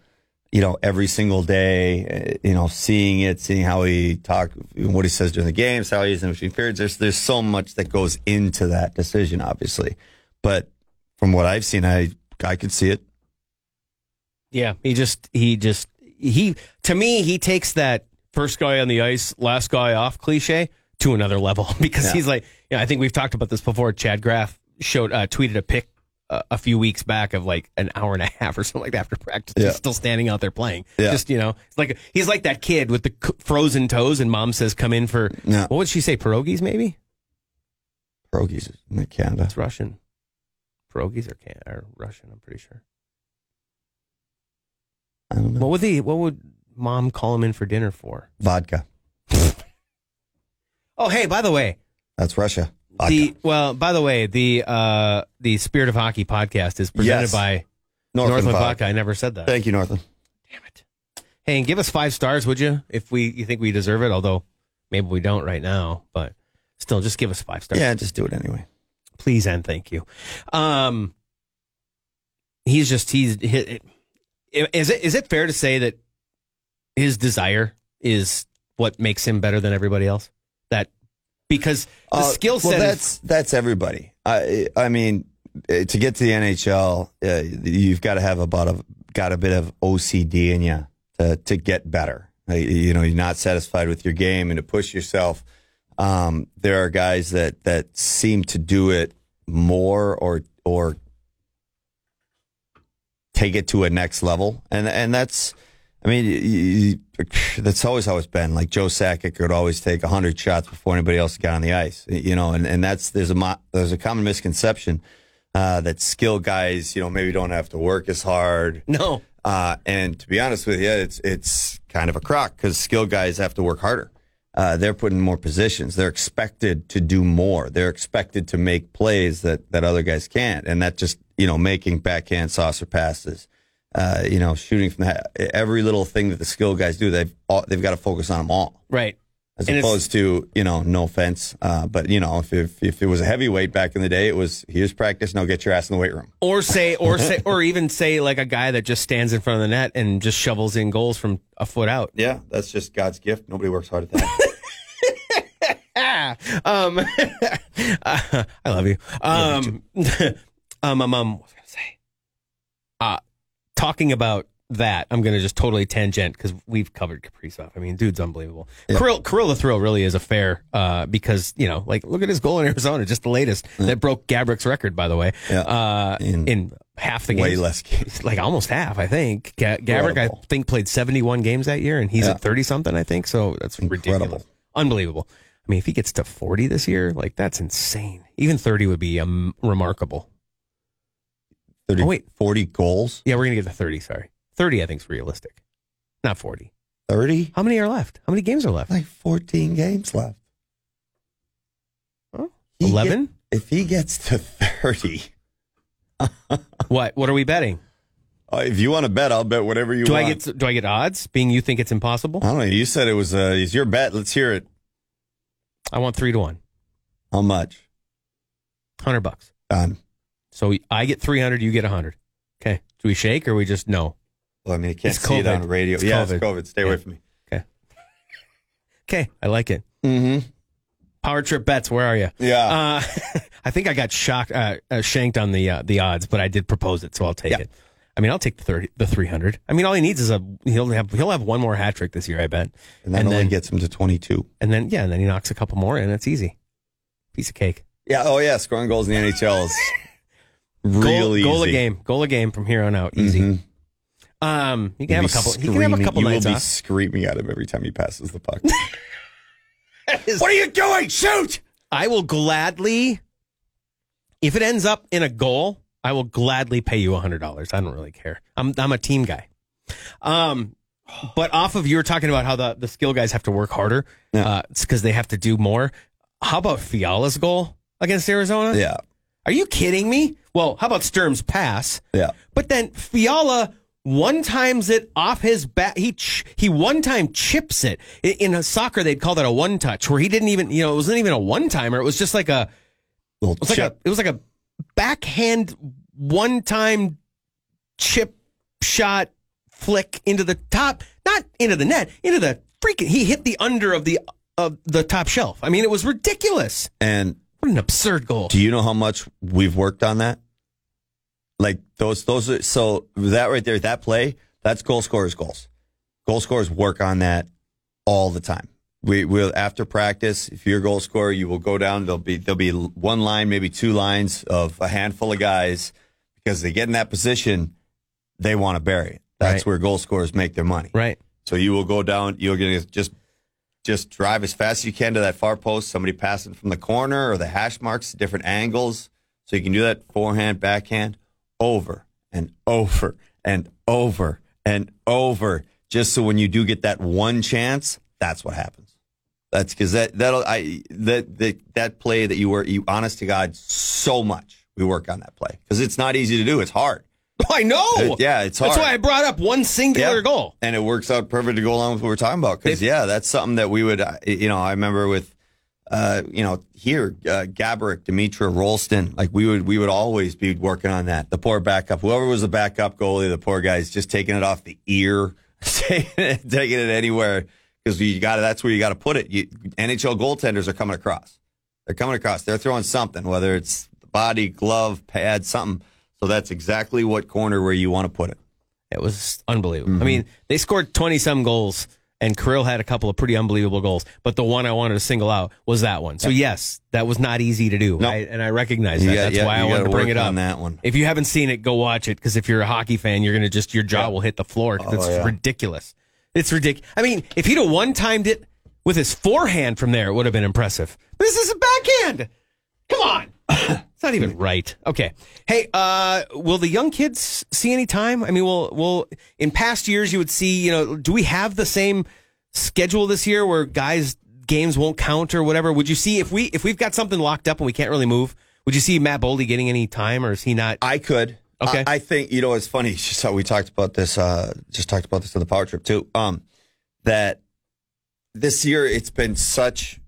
[SPEAKER 3] you know, every single day, uh, you know, seeing it, seeing how he talk, what he says during the games, how he is in between periods. There's there's so much that goes into that decision, obviously. But from what I've seen, I I could see it.
[SPEAKER 1] Yeah, he just he just he to me he takes that first guy on the ice, last guy off cliche to another level *laughs* because
[SPEAKER 3] Yeah.
[SPEAKER 1] he's like, yeah, I think we've talked about this before. Chad Graff showed uh, tweeted a pic uh, a few weeks back of like an hour and a half or *laughs* something like that after practice,
[SPEAKER 3] Yeah.
[SPEAKER 1] just still standing out there playing.
[SPEAKER 3] Yeah.
[SPEAKER 1] Just you know, it's like he's like that kid with the c- frozen toes, and mom says, "Come in for
[SPEAKER 3] Yeah.
[SPEAKER 1] what would she say? Pierogies, maybe?
[SPEAKER 3] Pierogies in Canada.
[SPEAKER 1] That's Russian. Pierogies or can or Russian? I'm pretty sure.
[SPEAKER 3] I don't know.
[SPEAKER 1] What would the what would mom call him in for dinner for?
[SPEAKER 3] Vodka.
[SPEAKER 1] Oh, hey, by the way,
[SPEAKER 3] That's Russia. Vodka.
[SPEAKER 1] the well, by the way, the uh the Spirit of Hockey podcast is presented
[SPEAKER 3] Yes.
[SPEAKER 1] by
[SPEAKER 3] Northland
[SPEAKER 1] Northland
[SPEAKER 3] vodka.
[SPEAKER 1] Vodka. I never said that.
[SPEAKER 3] Thank you, Northland.
[SPEAKER 1] Damn it. Hey, and give us five stars, would you? If we you think we deserve it, although maybe we don't right now, but still, just give us five stars,
[SPEAKER 3] Yeah, just do it anyway.
[SPEAKER 1] please and thank you. Um, he's just he's he, is it is it fair to say that his desire is what makes him better than everybody else? That because the
[SPEAKER 3] Uh,
[SPEAKER 1] skill set
[SPEAKER 3] Well,
[SPEAKER 1] is-
[SPEAKER 3] that's that's everybody. I I mean, eh, to get to the NHL, uh, you've got to have about a got a bit of OCD in you to to get better. Uh, You know, you're not satisfied with your game and to push yourself. Um, there are guys that that seem to do it more or or take it to a next level, and and that's. I mean, y- y- y- that's always how it's been. Like Joe Sakic would always take hundred shots before anybody else got on the ice, you know. And, and that's there's a mo- there's a common misconception uh, that skill guys, you know, maybe don't have to work as hard.
[SPEAKER 1] no.
[SPEAKER 3] Uh, and to be honest with you, it's it's kind of a crock because skill guys have to work harder. Uh, they're put in more positions. They're expected to do more. They're expected to make plays that, that other guys can't. And that just, you know, making backhand saucer passes, uh, you know, shooting from that, every little thing that the skill guys do, they've, all, they've got to focus on them all.
[SPEAKER 1] Right.
[SPEAKER 3] As
[SPEAKER 1] And it's-
[SPEAKER 3] opposed to, you know, no offense, uh, but, you know, if, if, if it was a heavyweight back in the day, it was here's practice, now get your ass in the weight room.
[SPEAKER 1] Or say, or say, or even say, like a guy that just stands in front of the net and just shovels in goals from a foot out.
[SPEAKER 3] Yeah, that's just God's gift. Nobody works hard at that.
[SPEAKER 1] Ah, *laughs* um, I love you. Um, um, um, um, what uh, was I gonna say? uh, talking about that, I'm going to just totally tangent because we've covered Kaprizov. I mean, dude's unbelievable. Kirill, Kirill the Thrill really is a fair uh, because, you know, like look at his goal in Arizona, just the latest that broke Gabrick's record, by the way,
[SPEAKER 3] *laughs* Yeah.
[SPEAKER 1] uh, in,
[SPEAKER 3] In
[SPEAKER 1] half the game.
[SPEAKER 3] way less
[SPEAKER 1] *laughs*
[SPEAKER 3] games.
[SPEAKER 1] Like almost half, I think. Ga- Gabrick, I
[SPEAKER 3] Incredible.
[SPEAKER 1] think, played 71 games that year and he's
[SPEAKER 3] Yeah.
[SPEAKER 1] at 30 something, I think. So that's ridiculous.
[SPEAKER 3] Incredible.
[SPEAKER 1] Unbelievable. I mean, if he gets to 40 this year, like that's insane. Even 30 would be um, remarkable.
[SPEAKER 3] 30,
[SPEAKER 1] Oh, wait.
[SPEAKER 3] 40 goals,
[SPEAKER 1] Yeah, we're gonna get to thirty. Sorry, thirty. I think is realistic, not forty.
[SPEAKER 3] 30,
[SPEAKER 1] How many are left? How many games are left?
[SPEAKER 3] like 14 games left.
[SPEAKER 1] Huh?
[SPEAKER 3] He get-
[SPEAKER 1] Eleven.
[SPEAKER 3] if he gets to 30,
[SPEAKER 1] what? What are we betting?
[SPEAKER 3] uh, if you want to bet, I'll bet whatever you
[SPEAKER 1] do
[SPEAKER 3] want.
[SPEAKER 1] I get do I get odds? Being you think it's impossible,
[SPEAKER 3] I don't know. You said it was uh, it's your bet. Let's hear it.
[SPEAKER 1] I want three to one.
[SPEAKER 3] How much?
[SPEAKER 1] Hundred bucks.
[SPEAKER 3] Done.
[SPEAKER 1] So we, I get three hundred. You get hundred. Okay. Do we shake or we just no?
[SPEAKER 3] Well, I mean, I can't
[SPEAKER 1] It's
[SPEAKER 3] see it on
[SPEAKER 1] COVID.
[SPEAKER 3] radio.
[SPEAKER 1] It's
[SPEAKER 3] yeah,
[SPEAKER 1] COVID.
[SPEAKER 3] it's COVID. Stay
[SPEAKER 1] Yeah.
[SPEAKER 3] away from me.
[SPEAKER 1] Okay, I like it.
[SPEAKER 3] Mm-hmm.
[SPEAKER 1] Power trip bets. Where are you?
[SPEAKER 3] Yeah.
[SPEAKER 1] Uh, *laughs* I think I got shocked, uh, uh, shanked on the uh, the odds, but I did propose it, so I'll take
[SPEAKER 3] Yeah.
[SPEAKER 1] it. I mean, I'll take the thirty, the three hundred. I mean, all he needs is a he'll have he'll have one more hat trick this year, I bet.
[SPEAKER 3] and that
[SPEAKER 1] and
[SPEAKER 3] only
[SPEAKER 1] then-
[SPEAKER 3] gets him to 22.
[SPEAKER 1] And then yeah, and then he knocks a couple more, and it's easy. Piece of cake.
[SPEAKER 3] Yeah. Oh, yeah. Scoring goals in the NHL is really
[SPEAKER 1] goal, goal a
[SPEAKER 3] easy.
[SPEAKER 1] game, goal a game from here on out, easy.
[SPEAKER 3] Mhm.
[SPEAKER 1] Um, he can
[SPEAKER 3] You'll be
[SPEAKER 1] have a couple. He can have a
[SPEAKER 3] screaming-
[SPEAKER 1] couple
[SPEAKER 3] you
[SPEAKER 1] nights
[SPEAKER 3] will be
[SPEAKER 1] off.
[SPEAKER 3] screaming at him every time he passes the puck.
[SPEAKER 1] is-
[SPEAKER 3] what are you doing? Shoot!
[SPEAKER 1] I will gladly, if it ends up in a goal, I will gladly pay you hundred dollars. I don't really care. I'm I'm a team guy. Um, but off of you were talking about how the the skill guys have to work harder,
[SPEAKER 3] Yeah.
[SPEAKER 1] uh, it's because they have to do more. How about Fiala's goal against Arizona?
[SPEAKER 3] Yeah.
[SPEAKER 1] Are you kidding me? Well, how about Sturm's pass?
[SPEAKER 3] Yeah.
[SPEAKER 1] But then Fiala one times it off his bat. He ch- he one time chips it. I- In, a soccer, they'd call that a one touch, where he didn't even you know it wasn't even a one timer. It was just like a
[SPEAKER 3] Little
[SPEAKER 1] it was like
[SPEAKER 3] chip.
[SPEAKER 1] a it was like a backhand one time chip shot flick into the top, not into the net, into the freaking. He hit the under of the of the top shelf. I mean, it was ridiculous.
[SPEAKER 3] and
[SPEAKER 1] What an absurd goal.
[SPEAKER 3] do you know how much we've worked on that? Like those, those are so that right there, that play, that's goal scorers' goals. Goal scorers work on that all the time. We will after practice. If you're a goal scorer, you will go down. There'll be there'll be one line, maybe two lines of a handful of guys because they get in that position, they want to bury it. That's
[SPEAKER 1] Right.
[SPEAKER 3] where goal scorers make their money.
[SPEAKER 1] Right. *laughs*
[SPEAKER 3] So you will go down. You're going to just just drive as fast as you can to that far post. Somebody passing from the corner or the hash marks, different angles. So you can do that forehand, backhand, over and over and over and over. Just so when you do get that one chance, that's what happens. That's because that that'll I that that that play that you were you honest to God so much we work on that play because it's not easy to do. It's hard.
[SPEAKER 1] I know.
[SPEAKER 3] Uh, yeah, it's
[SPEAKER 1] That's
[SPEAKER 3] hard.
[SPEAKER 1] why I brought up one singular
[SPEAKER 3] Yeah.
[SPEAKER 1] goal.
[SPEAKER 3] And it works out perfect to go along with what we're talking about. Because,
[SPEAKER 1] They-
[SPEAKER 3] yeah, that's something that we would, uh, you know, I remember with, uh, you know, here, uh, Gabrick, Demetra, Rolston, like we would, we would always be working on that. The poor backup, whoever was the backup goalie, the poor guy's just taking it off the ear, *laughs* taking it, taking it anywhere. Because you got to, that's where you got to put it. You, NHL goaltenders are coming across. They're coming across. They're throwing something, whether it's the body, glove, pad, something. So that's exactly what corner where you want to put it.
[SPEAKER 1] It was unbelievable.
[SPEAKER 3] Mm-hmm.
[SPEAKER 1] I mean, they scored 20 some goals, and Kirill had a couple of pretty unbelievable goals. But the one I wanted to single out was that one. So, yes, that was not easy to do.
[SPEAKER 3] No.
[SPEAKER 1] I, and I recognize
[SPEAKER 3] You
[SPEAKER 1] that.
[SPEAKER 3] got-
[SPEAKER 1] That's
[SPEAKER 3] yeah,
[SPEAKER 1] why I
[SPEAKER 3] you
[SPEAKER 1] wanted to
[SPEAKER 3] gotta
[SPEAKER 1] bring
[SPEAKER 3] work
[SPEAKER 1] it up.
[SPEAKER 3] on that one.
[SPEAKER 1] If you haven't seen it, go watch it because if you're a hockey fan, you're going to just, your jaw
[SPEAKER 3] Yeah.
[SPEAKER 1] will hit the floor 'cause
[SPEAKER 3] Oh,
[SPEAKER 1] it's
[SPEAKER 3] yeah.
[SPEAKER 1] ridiculous. It's ridiculous. I mean, if he'd have one timed it with his forehand from there, it would have been impressive. This is a backhand. Come on. It's not even right. Okay. Hey, uh, will the young kids see any time? I mean, will will in past years you would see, you know, do we have the same schedule this year where guys games won't count or whatever? Would you see if we if we've got something locked up and we can't really move? Would you see Matt Boldy getting any time or is he not?
[SPEAKER 3] I could.
[SPEAKER 1] Okay.
[SPEAKER 3] I, I think you know it's funny. *laughs* it's Just how we talked about this. Uh, just talked about this on the power trip too. Um, that this year it's been such.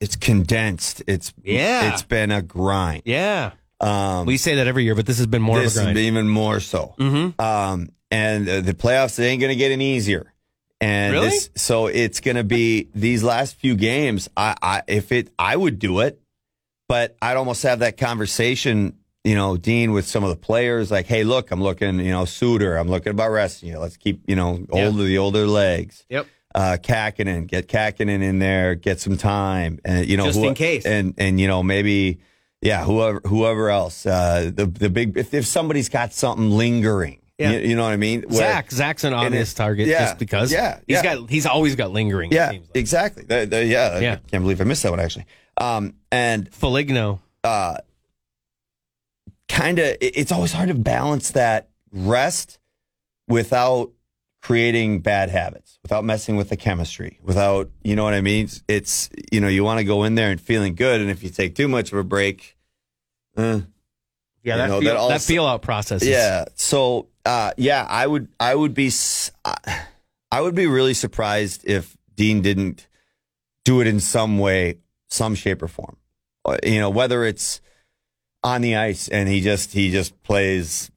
[SPEAKER 3] It's condensed. It's
[SPEAKER 1] Yeah.
[SPEAKER 3] It's been a grind.
[SPEAKER 1] Yeah.
[SPEAKER 3] Um,
[SPEAKER 1] We say that every year, but this has been more
[SPEAKER 3] this
[SPEAKER 1] of a
[SPEAKER 3] has
[SPEAKER 1] grind.
[SPEAKER 3] been even more so.
[SPEAKER 1] Mhm.
[SPEAKER 3] Um, and uh, the playoffs they ain't going to get any easier. And
[SPEAKER 1] Really?
[SPEAKER 3] this- so it's going to be these last few games. I, I if it I would do it, but I'd almost have that conversation. you know, Dean with some of the players, like, hey, look, I'm looking, you know, Suter, I'm looking about resting you. Let's keep, you know,
[SPEAKER 1] Yeah.
[SPEAKER 3] older the older legs.
[SPEAKER 1] Yep.
[SPEAKER 3] Uh, Kakinen, get Kakinen in there, get some time, and you know,
[SPEAKER 1] Just in case.
[SPEAKER 3] and and you know, maybe, yeah, whoever whoever else, uh, the the big, if, if somebody's got something lingering,
[SPEAKER 1] Yeah.
[SPEAKER 3] you, you know what I mean? Where-
[SPEAKER 1] Zach, Zach's an obvious
[SPEAKER 3] is-
[SPEAKER 1] target
[SPEAKER 3] yeah,
[SPEAKER 1] just because.
[SPEAKER 3] yeah,
[SPEAKER 1] he's
[SPEAKER 3] yeah.
[SPEAKER 1] got he's always got lingering.
[SPEAKER 3] yeah,
[SPEAKER 1] It seems like.
[SPEAKER 3] exactly. The- the- yeah,
[SPEAKER 1] Yeah.
[SPEAKER 3] I can't believe I missed that one actually. Um, and
[SPEAKER 1] Foligno.
[SPEAKER 3] uh, kind of it's always hard to balance that rest without creating bad habits without messing with the chemistry without you know what i mean it's, it's- you know you want to go in there and feeling good and if you take too much of a break uh,
[SPEAKER 1] Yeah,
[SPEAKER 3] You
[SPEAKER 1] that,
[SPEAKER 3] know,
[SPEAKER 1] feel,
[SPEAKER 3] that also-
[SPEAKER 1] that feel out process. Is,
[SPEAKER 3] yeah so uh, yeah i would i would be s- I- i would be really surprised if dean didn't do it in some way some shape or form Uh, you know whether it's on the ice and he just he just plays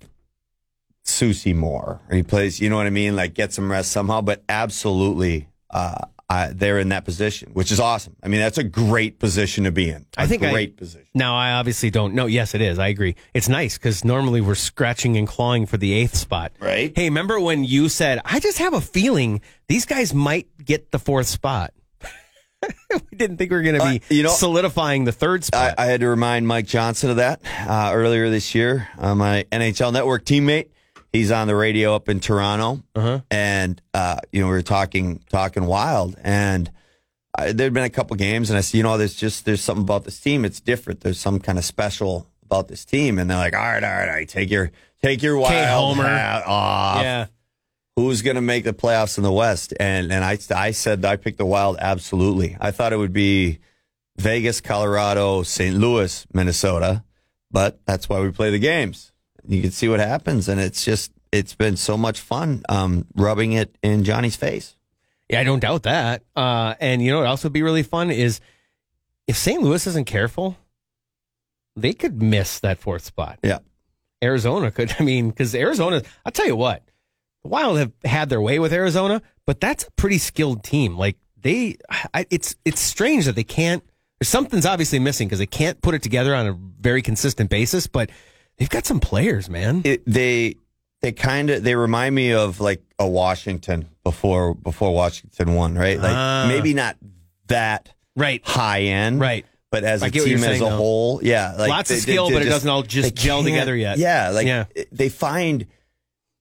[SPEAKER 3] Susie Moore or he plays you know what I mean like get some rest somehow but absolutely uh I, they're in that position which is awesome I mean that's a great position to be in I
[SPEAKER 1] I think I-
[SPEAKER 3] great position
[SPEAKER 1] Now I obviously don't know. Yes, it is. I agree. It's nice because normally we're scratching and clawing for the eighth spot.
[SPEAKER 3] Right.
[SPEAKER 1] Hey, remember when you said, "I just have a feeling these guys might get the fourth spot." *laughs* we didn't think we were going to be
[SPEAKER 3] Uh, you know-
[SPEAKER 1] solidifying the third
[SPEAKER 3] I,
[SPEAKER 1] spot.
[SPEAKER 3] I had to remind Mike Johnson of that uh, earlier this year. Uh, my NHL Network teammate, he's on the radio up in Toronto,
[SPEAKER 1] Uh-huh.
[SPEAKER 3] and uh, you know we were talking talking wild, and I, there'd been a couple games, and I said, you know, there's just there's something about this team. It's different. There's some kind of special about this team, and they're like, all right, all right, all right, take your take your wild
[SPEAKER 1] Homer.
[SPEAKER 3] hat off
[SPEAKER 1] yeah.
[SPEAKER 3] who's going to make the playoffs in the West? And and I I said I picked the Wild absolutely. I thought it would be Vegas, Colorado, St. Louis, Minnesota, but that's why we play the games. You can see what happens, and it's just it's been so much fun um, rubbing it in Johnny's face.
[SPEAKER 1] Yeah, I don't doubt that. Uh, and you know what else would be really fun is if St. Louis isn't careful, they could miss that fourth spot.
[SPEAKER 3] Yeah,
[SPEAKER 1] Arizona could. *laughs* I mean, because Arizona, I'll tell you what, the Wild have had their way with Arizona, but that's a pretty skilled team. Like they, I, it's it's strange that they can't. There's something's obviously missing because they can't put it together on a very consistent basis. But they've got some players, man.
[SPEAKER 3] it, they they kind of they remind me of like a Washington before before Washington won, right? Like
[SPEAKER 1] Ah.
[SPEAKER 3] maybe not that
[SPEAKER 1] right,
[SPEAKER 3] high end,
[SPEAKER 1] right.
[SPEAKER 3] But as
[SPEAKER 1] I
[SPEAKER 3] a
[SPEAKER 1] get what you're
[SPEAKER 3] team as
[SPEAKER 1] saying,
[SPEAKER 3] a
[SPEAKER 1] though.
[SPEAKER 3] whole, yeah, like
[SPEAKER 1] Lots of skill, but it doesn't all just
[SPEAKER 3] they
[SPEAKER 1] gel
[SPEAKER 3] can't-
[SPEAKER 1] together yet.
[SPEAKER 3] Yeah, like
[SPEAKER 1] Yeah.
[SPEAKER 3] it- they find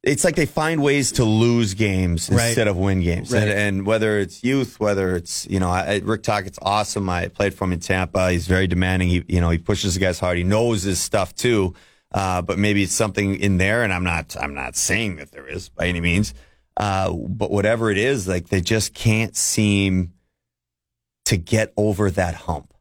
[SPEAKER 3] it's like they find ways to lose games
[SPEAKER 1] Right.
[SPEAKER 3] instead of win games,
[SPEAKER 1] Right.
[SPEAKER 3] and, and whether it's youth, whether it's you know, I, I- Rick Tockett's awesome. I played for him in Tampa. He's very demanding. He you know he pushes the guys hard. He knows his stuff too. Uh, but maybe it's something in there, and I'm not I'm not saying that there is by any means. Uh, but whatever it is, like they just can't seem to get over that hump.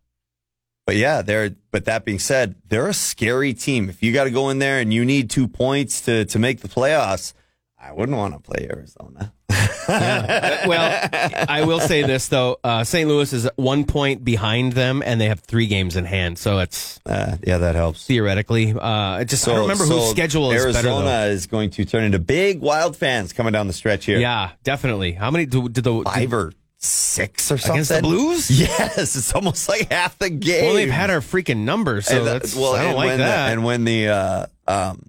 [SPEAKER 3] But yeah, they're. But that being said, they're a scary team. If you got to go in there and you need two points to to make the playoffs, I wouldn't want to play Arizona.
[SPEAKER 1] Uh, well, I will say this though: uh, St. Louis is one point behind them, and they have three games in hand. So it's
[SPEAKER 3] Uh, yeah, that helps.
[SPEAKER 1] theoretically. Uh, I just
[SPEAKER 3] So,
[SPEAKER 1] I don't remember whose
[SPEAKER 3] so
[SPEAKER 1] schedule is
[SPEAKER 3] Arizona
[SPEAKER 1] better. Though.
[SPEAKER 3] is going to turn into big wild fans coming down the stretch here.
[SPEAKER 1] Yeah, definitely. How many did, did the
[SPEAKER 3] five or six or something
[SPEAKER 1] against the Blues?
[SPEAKER 3] *laughs* Yes, it's almost like half the game.
[SPEAKER 1] Well, they've had our freaking numbers, so
[SPEAKER 3] And, uh,
[SPEAKER 1] that's, I don't like
[SPEAKER 3] when
[SPEAKER 1] that.
[SPEAKER 3] The, and when the uh, um,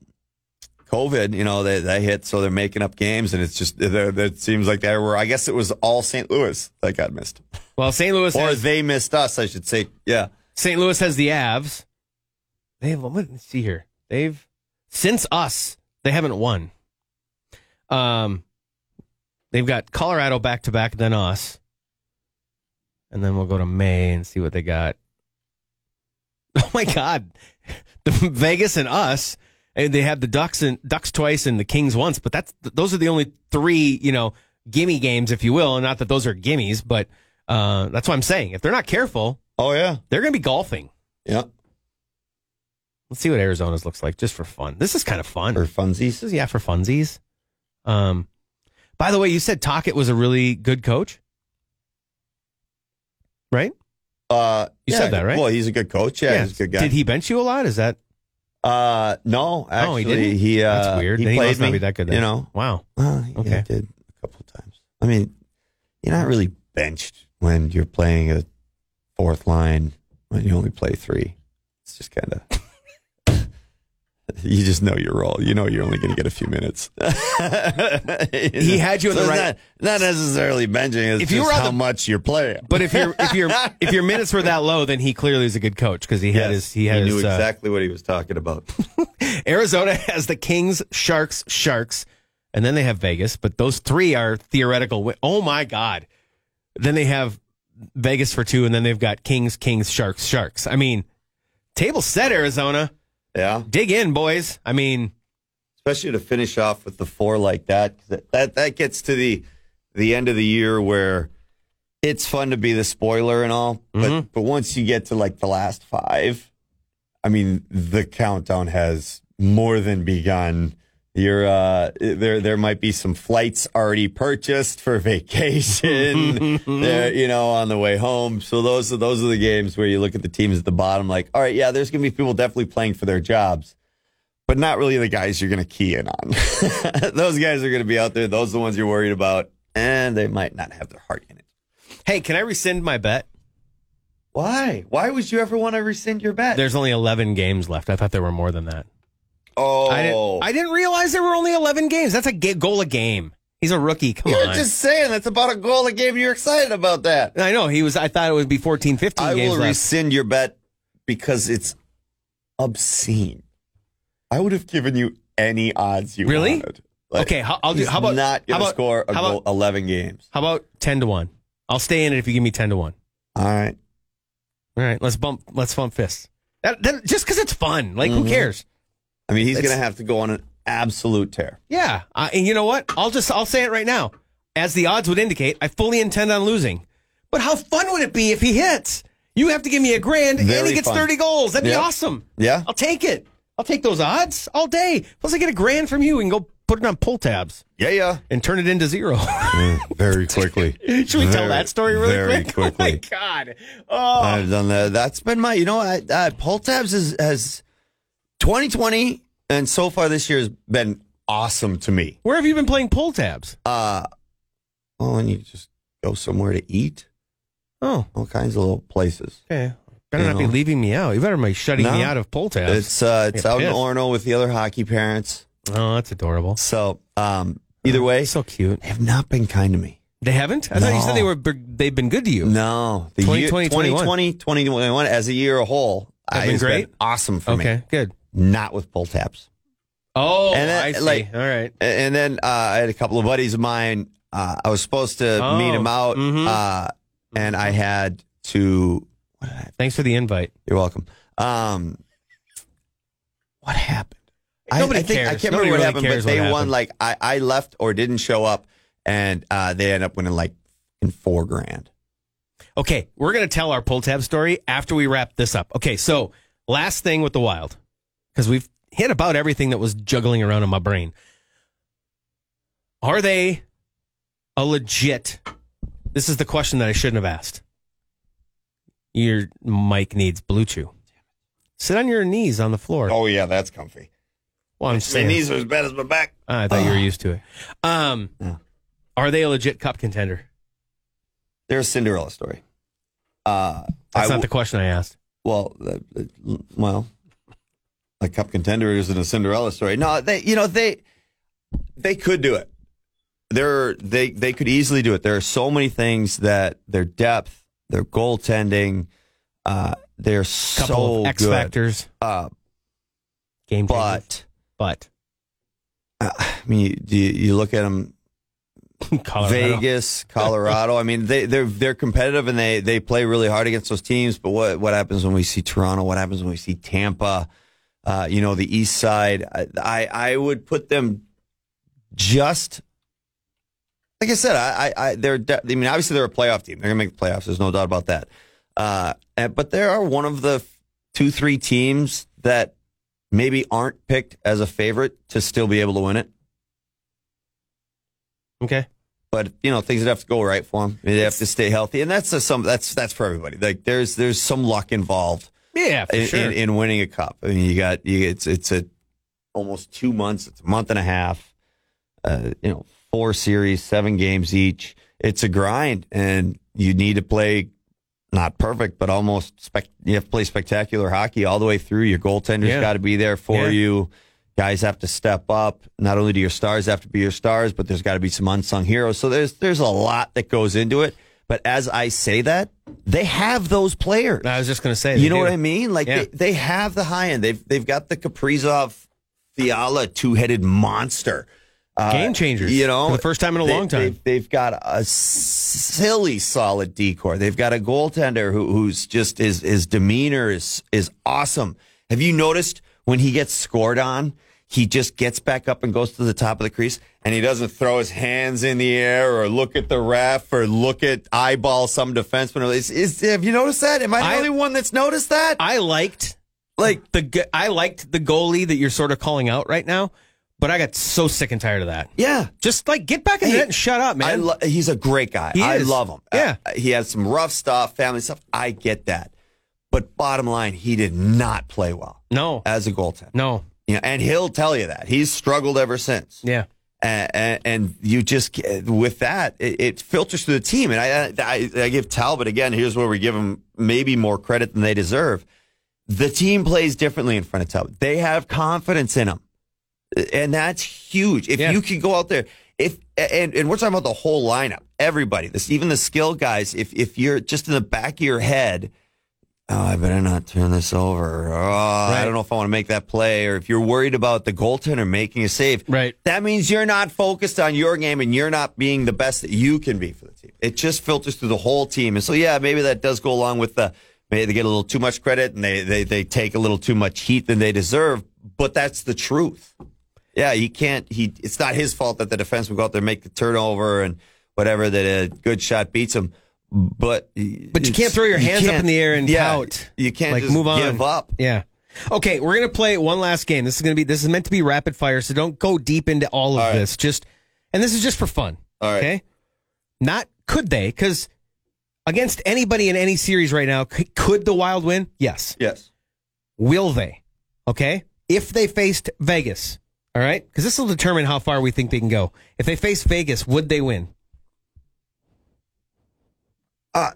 [SPEAKER 3] COVID, you know, they, they hit, so they're making up games, and it's just they're- that seems like they were. I guess it was all St. Louis that got missed,
[SPEAKER 1] well, St. Louis,
[SPEAKER 3] or
[SPEAKER 1] has,
[SPEAKER 3] they missed us, I should say. Yeah,
[SPEAKER 1] St. Louis has the Avs. They have. Let's see here. They've since us, they haven't won. Um, they've got Colorado back to back, then us, and then we'll go to May and see what they got. *laughs* Oh my God, the Vegas and us, and they have the Ducks and Ducks twice and the Kings once. But that's those are the only three, you know, gimme games, if you will. And not that those are gimmies, but uh, that's what I'm saying. If they're not careful,
[SPEAKER 3] oh yeah,
[SPEAKER 1] they're going to be golfing.
[SPEAKER 3] yeah,
[SPEAKER 1] Let's see what Arizona's looks like just for fun. This is kind of fun.
[SPEAKER 3] for
[SPEAKER 1] This
[SPEAKER 3] funsies.
[SPEAKER 1] is yeah for funsies. Um, by the way, you said Tockett was a really good coach, right?
[SPEAKER 3] Uh,
[SPEAKER 1] You
[SPEAKER 3] yeah,
[SPEAKER 1] said that, right?
[SPEAKER 3] Well, he's a good coach. Yeah, he's a good guy.
[SPEAKER 1] Did he bench you a lot? Is that
[SPEAKER 3] Uh, no,
[SPEAKER 1] Oh,
[SPEAKER 3] actually,
[SPEAKER 1] he didn't?
[SPEAKER 3] he, uh,
[SPEAKER 1] that's weird?
[SPEAKER 3] He
[SPEAKER 1] Then
[SPEAKER 3] played
[SPEAKER 1] must
[SPEAKER 3] me.
[SPEAKER 1] not be that good. Then.
[SPEAKER 3] You know,
[SPEAKER 1] Wow.
[SPEAKER 3] Well,
[SPEAKER 1] Okay.
[SPEAKER 3] yeah, I did a couple of times. I mean, you're not really benched when you're playing a fourth line when you only play three. It's just kind of *laughs* you just know your role. You know you're only going to get a few
[SPEAKER 1] *laughs*
[SPEAKER 3] minutes.
[SPEAKER 1] He had you in
[SPEAKER 3] So
[SPEAKER 1] the
[SPEAKER 3] it's
[SPEAKER 1] right-
[SPEAKER 3] Not, not necessarily benching.
[SPEAKER 1] If
[SPEAKER 3] It's if
[SPEAKER 1] you
[SPEAKER 3] you
[SPEAKER 1] were on
[SPEAKER 3] how
[SPEAKER 1] the-
[SPEAKER 3] much you're playing.
[SPEAKER 1] But if your if your if your minutes were that low, then he clearly is a good coach because he had his he had
[SPEAKER 3] knew
[SPEAKER 1] his uh,
[SPEAKER 3] exactly what he was talking about.
[SPEAKER 1] Arizona *laughs* has the Kings, Sharks, Sharks, and then they have Vegas. But those three are theoretical. Win- oh my God! Then they have Vegas for two, and then they've got Kings, Kings, Sharks, Sharks. I mean, table set, Arizona.
[SPEAKER 3] *laughs* Yeah,
[SPEAKER 1] Dig in, boys. I mean,
[SPEAKER 3] especially to finish off with the four like that. 'cause That that, that gets to the the end of the year where it's fun to be the spoiler and all, but but once you get to like the last five, I mean the countdown has more than begun. You're, uh, there, there might be some flights already purchased for *laughs* vacation, there, you know, on the way home. So those are, those are the games where you look at the teams at the bottom, like, all right, yeah, there's going to be people definitely playing for their jobs but not really the guys you're going to key in on. *laughs* Those guys are going to be out there. Those are the ones you're worried about, and they might not have their heart in it.
[SPEAKER 1] hey, can I rescind my bet?
[SPEAKER 3] Why? Why would you ever want to rescind your bet?
[SPEAKER 1] There's only 11 games left. I thought there were more than that.
[SPEAKER 3] oh,
[SPEAKER 1] I, didn't, I didn't realize there were only 11 games. That's a ga- goal a game. He's a rookie. Come
[SPEAKER 3] you're
[SPEAKER 1] on.
[SPEAKER 3] just saying that's about a goal a game. You're excited about that.
[SPEAKER 1] I know he was. I thought it would be 14, 15
[SPEAKER 3] I
[SPEAKER 1] games
[SPEAKER 3] will
[SPEAKER 1] left.
[SPEAKER 3] rescind your bet because it's obscene. I would have given you any odds you
[SPEAKER 1] Really?
[SPEAKER 3] wanted. Like,
[SPEAKER 1] Okay, how- I'll do-
[SPEAKER 3] he's
[SPEAKER 1] how about-
[SPEAKER 3] not
[SPEAKER 1] how
[SPEAKER 3] going to
[SPEAKER 1] about-
[SPEAKER 3] score a
[SPEAKER 1] how
[SPEAKER 3] goal
[SPEAKER 1] about-
[SPEAKER 3] eleven games?
[SPEAKER 1] How about 10 to 1? I'll stay in it if you give me 10 to 1.
[SPEAKER 3] All right.
[SPEAKER 1] All right, let's bump let's bump fists. That, that, just because it's fun, like
[SPEAKER 3] Mm-hmm.
[SPEAKER 1] who cares?
[SPEAKER 3] I mean, he's
[SPEAKER 1] It's-
[SPEAKER 3] going to have to go on an absolute tear.
[SPEAKER 1] Yeah, I, and you know what? I'll just I'll say it right now. As the odds would indicate, I fully intend on losing. But how fun would it be if he hits? You have to give me a grand, and
[SPEAKER 3] Very
[SPEAKER 1] he gets
[SPEAKER 3] fun.
[SPEAKER 1] thirty goals. That'd be
[SPEAKER 3] Yeah.
[SPEAKER 1] awesome.
[SPEAKER 3] Yeah.
[SPEAKER 1] I'll take it. I'll take those odds all day. Plus, I get a grand from you and go put it on pull tabs
[SPEAKER 3] Yeah, yeah.
[SPEAKER 1] and turn it into zero. *laughs* Mm,
[SPEAKER 3] very quickly.
[SPEAKER 1] Should we tell
[SPEAKER 3] Very,
[SPEAKER 1] that story really
[SPEAKER 3] very
[SPEAKER 1] quick? *laughs* Oh my
[SPEAKER 3] quickly. Uh,
[SPEAKER 1] god! Oh,
[SPEAKER 3] I've done that. That's been my. You know, I, I, poll tabs is, has 2020 and so far this year has been awesome to me.
[SPEAKER 1] where have you been playing pull tabs?
[SPEAKER 3] Uh, well, and you just go somewhere to eat,
[SPEAKER 1] Oh,
[SPEAKER 3] all kinds of little places.
[SPEAKER 1] Okay. Better
[SPEAKER 3] You
[SPEAKER 1] not be
[SPEAKER 3] know.
[SPEAKER 1] leaving me out. You better be shutting me
[SPEAKER 3] No.
[SPEAKER 1] out of poll tabs.
[SPEAKER 3] It's uh, it's
[SPEAKER 1] Yeah,
[SPEAKER 3] out in
[SPEAKER 1] pissed.
[SPEAKER 3] Orno with the other hockey parents.
[SPEAKER 1] oh, that's adorable.
[SPEAKER 3] So um, either way,
[SPEAKER 1] so cute.
[SPEAKER 3] they have not been kind to me.
[SPEAKER 1] They haven't? I thought you said they
[SPEAKER 3] No.
[SPEAKER 1] were. They've been good to you.
[SPEAKER 3] No, the
[SPEAKER 1] 2020,
[SPEAKER 3] year 2020, 2021 as a year a whole
[SPEAKER 1] Have
[SPEAKER 3] I-
[SPEAKER 1] been
[SPEAKER 3] has
[SPEAKER 1] great?
[SPEAKER 3] awesome for
[SPEAKER 1] okay,
[SPEAKER 3] me.
[SPEAKER 1] good.
[SPEAKER 3] Not with poll taps.
[SPEAKER 1] Oh,
[SPEAKER 3] And then,
[SPEAKER 1] I see.
[SPEAKER 3] like-
[SPEAKER 1] All right.
[SPEAKER 3] And then uh, I had a couple of buddies of mine. Uh, I was supposed to
[SPEAKER 1] Oh,
[SPEAKER 3] meet him out,
[SPEAKER 1] mhm.
[SPEAKER 3] uh, and I had to. What did I,
[SPEAKER 1] Thanks for the invite.
[SPEAKER 3] you're welcome. Um, what happened?
[SPEAKER 1] Nobody
[SPEAKER 3] I, I think,
[SPEAKER 1] cares.
[SPEAKER 3] I can't
[SPEAKER 1] Nobody
[SPEAKER 3] remember what
[SPEAKER 1] really
[SPEAKER 3] happened,
[SPEAKER 1] cares
[SPEAKER 3] but
[SPEAKER 1] what
[SPEAKER 3] they won.
[SPEAKER 1] happened.
[SPEAKER 3] Like I, I left or didn't show up, and uh, they end up winning like in four grand.
[SPEAKER 1] Okay, we're gonna tell our pull tab story after we wrap this up. Okay, so last thing with the wild, because we've hit about everything that was juggling around in my brain. Are they a legit? This is the question that I shouldn't have asked. Your mic needs blue chew. Sit on your knees on the floor.
[SPEAKER 3] Oh yeah, that's comfy.
[SPEAKER 1] well, I'm saying
[SPEAKER 3] are as bad as my back.
[SPEAKER 1] Ah, I thought you were used to it. Um,
[SPEAKER 3] Yeah.
[SPEAKER 1] are they a legit cup contender?
[SPEAKER 3] They're a Cinderella story. Uh,
[SPEAKER 1] That's
[SPEAKER 3] I
[SPEAKER 1] not
[SPEAKER 3] w-
[SPEAKER 1] the question I asked.
[SPEAKER 3] Well, uh, uh, well, a cup contender isn't a Cinderella story. No, they, you know, they, they could do it. They're, they, they could easily do it. There are so many things that their depth, their goaltending, uh, they're
[SPEAKER 1] Couple
[SPEAKER 3] so
[SPEAKER 1] of X
[SPEAKER 3] good.
[SPEAKER 1] factors,
[SPEAKER 3] Uh,
[SPEAKER 1] game changer.
[SPEAKER 3] but
[SPEAKER 1] but
[SPEAKER 3] uh, I mean, you, you, you look at them
[SPEAKER 1] *laughs* Colorado.
[SPEAKER 3] Vegas, Colorado. I mean, they they're they're competitive and they they play really hard against those teams. But what what happens when we see Toronto? What happens when we see Tampa? Uh, you know, the East Side. I, I I would put them just like I said. I I, I they're de- I mean obviously they're a playoff team. They're gonna make the playoffs. There's no doubt about that. Uh, and- but they are one of the two three teams that maybe aren't picked as a favorite to still be able to win it.
[SPEAKER 1] Okay.
[SPEAKER 3] but you know things would have to go right for them. They have to stay healthy, and that's a, some that's that's for everybody. Like there's there's some luck involved
[SPEAKER 1] Yeah, for
[SPEAKER 3] in,
[SPEAKER 1] sure.
[SPEAKER 3] in, in winning a cup. I mean, you got you, it's it's a almost two months, it's a month and a half. Uh, you know, four series, seven games each. It's a grind, and you need to play not perfect, but almost spec. You have to play spectacular hockey all the way through. Your goaltender's
[SPEAKER 1] Yeah.
[SPEAKER 3] got to be there for
[SPEAKER 1] Yeah.
[SPEAKER 3] you. guys have to step up. Not only do your stars have to be your stars, but there's got to be some unsung heroes. So there's there's a lot that goes into it. But as I say that, they have those players.
[SPEAKER 1] I was just going to say,
[SPEAKER 3] You
[SPEAKER 1] they
[SPEAKER 3] know
[SPEAKER 1] do.
[SPEAKER 3] what I mean? Like
[SPEAKER 1] Yeah.
[SPEAKER 3] they, they have the high end. They've they've got the Kaprizov, Fiala two headed monster. Uh,
[SPEAKER 1] Game changers,
[SPEAKER 3] You know,
[SPEAKER 1] for the first time in a
[SPEAKER 3] they-
[SPEAKER 1] long time.
[SPEAKER 3] They've, they've got a silly solid decor. They've got a goaltender who, who's just his his demeanor is is awesome. Have you noticed when he gets scored on? He just gets back up and goes to the top of the crease, and he doesn't throw his hands in the air or look at the ref or look at eyeball some defenseman. Is, is have you noticed that? Am I the
[SPEAKER 1] I-
[SPEAKER 3] only one that's noticed that?
[SPEAKER 1] I liked
[SPEAKER 3] like
[SPEAKER 1] the g- I liked the goalie that you're sort of calling out right now, but I got so sick and tired of that.
[SPEAKER 3] yeah
[SPEAKER 1] Just like get back in the
[SPEAKER 3] Hey,
[SPEAKER 1] net and shut up, man.
[SPEAKER 3] I lo- he's a great guy
[SPEAKER 1] He
[SPEAKER 3] i
[SPEAKER 1] is.
[SPEAKER 3] love him
[SPEAKER 1] Yeah.
[SPEAKER 3] Uh, he had some rough stuff family stuff i get that but bottom line he did not play well
[SPEAKER 1] no,
[SPEAKER 3] as a goaltender
[SPEAKER 1] no,
[SPEAKER 3] you know, and he'll tell you that he's struggled ever since
[SPEAKER 1] yeah.
[SPEAKER 3] and, and, and you just get- with that it, it filters through the team and I, I i give talbot again here's where we give him maybe more credit than they deserve the team plays differently in front of talbot they have confidence in him and that's huge if
[SPEAKER 1] Yeah.
[SPEAKER 3] you could go out there if and, and we're talking about the whole lineup everybody this even the skill guys if if you're just in the back of your head oh, I better not turn this over. Oh, I don't know if I want to make that play. Or if you're worried about the goaltender making a save,
[SPEAKER 1] Right.
[SPEAKER 3] That means you're not focused on your game and you're not being the best that you can be for the team. It just filters through the whole team. And so, yeah, maybe that does go along with the maybe they get a little too much credit and they they they take a little too much heat than they deserve. But that's the truth. Yeah, he can't. He it's not his fault that the defenseman go out there and make the turnover and whatever that a good shot beats him. But
[SPEAKER 1] But you can't throw your hands up in the air and
[SPEAKER 3] yeah,
[SPEAKER 1] pout.
[SPEAKER 3] You can't
[SPEAKER 1] like
[SPEAKER 3] just
[SPEAKER 1] move on.
[SPEAKER 3] give up.
[SPEAKER 1] Yeah. Okay, we're gonna play one last game. This is gonna be this is meant to be rapid fire, so don't go deep into all of
[SPEAKER 3] All right.
[SPEAKER 1] this. Just and this is just for fun.
[SPEAKER 3] All right.
[SPEAKER 1] Okay. Not could they? Because against anybody in any series right now, c- could the Wild win? Yes.
[SPEAKER 3] Yes.
[SPEAKER 1] Will they? Okay. If they faced Vegas, all right, because this will determine how far we think they can go. If they face Vegas, would they win?
[SPEAKER 3] Uh,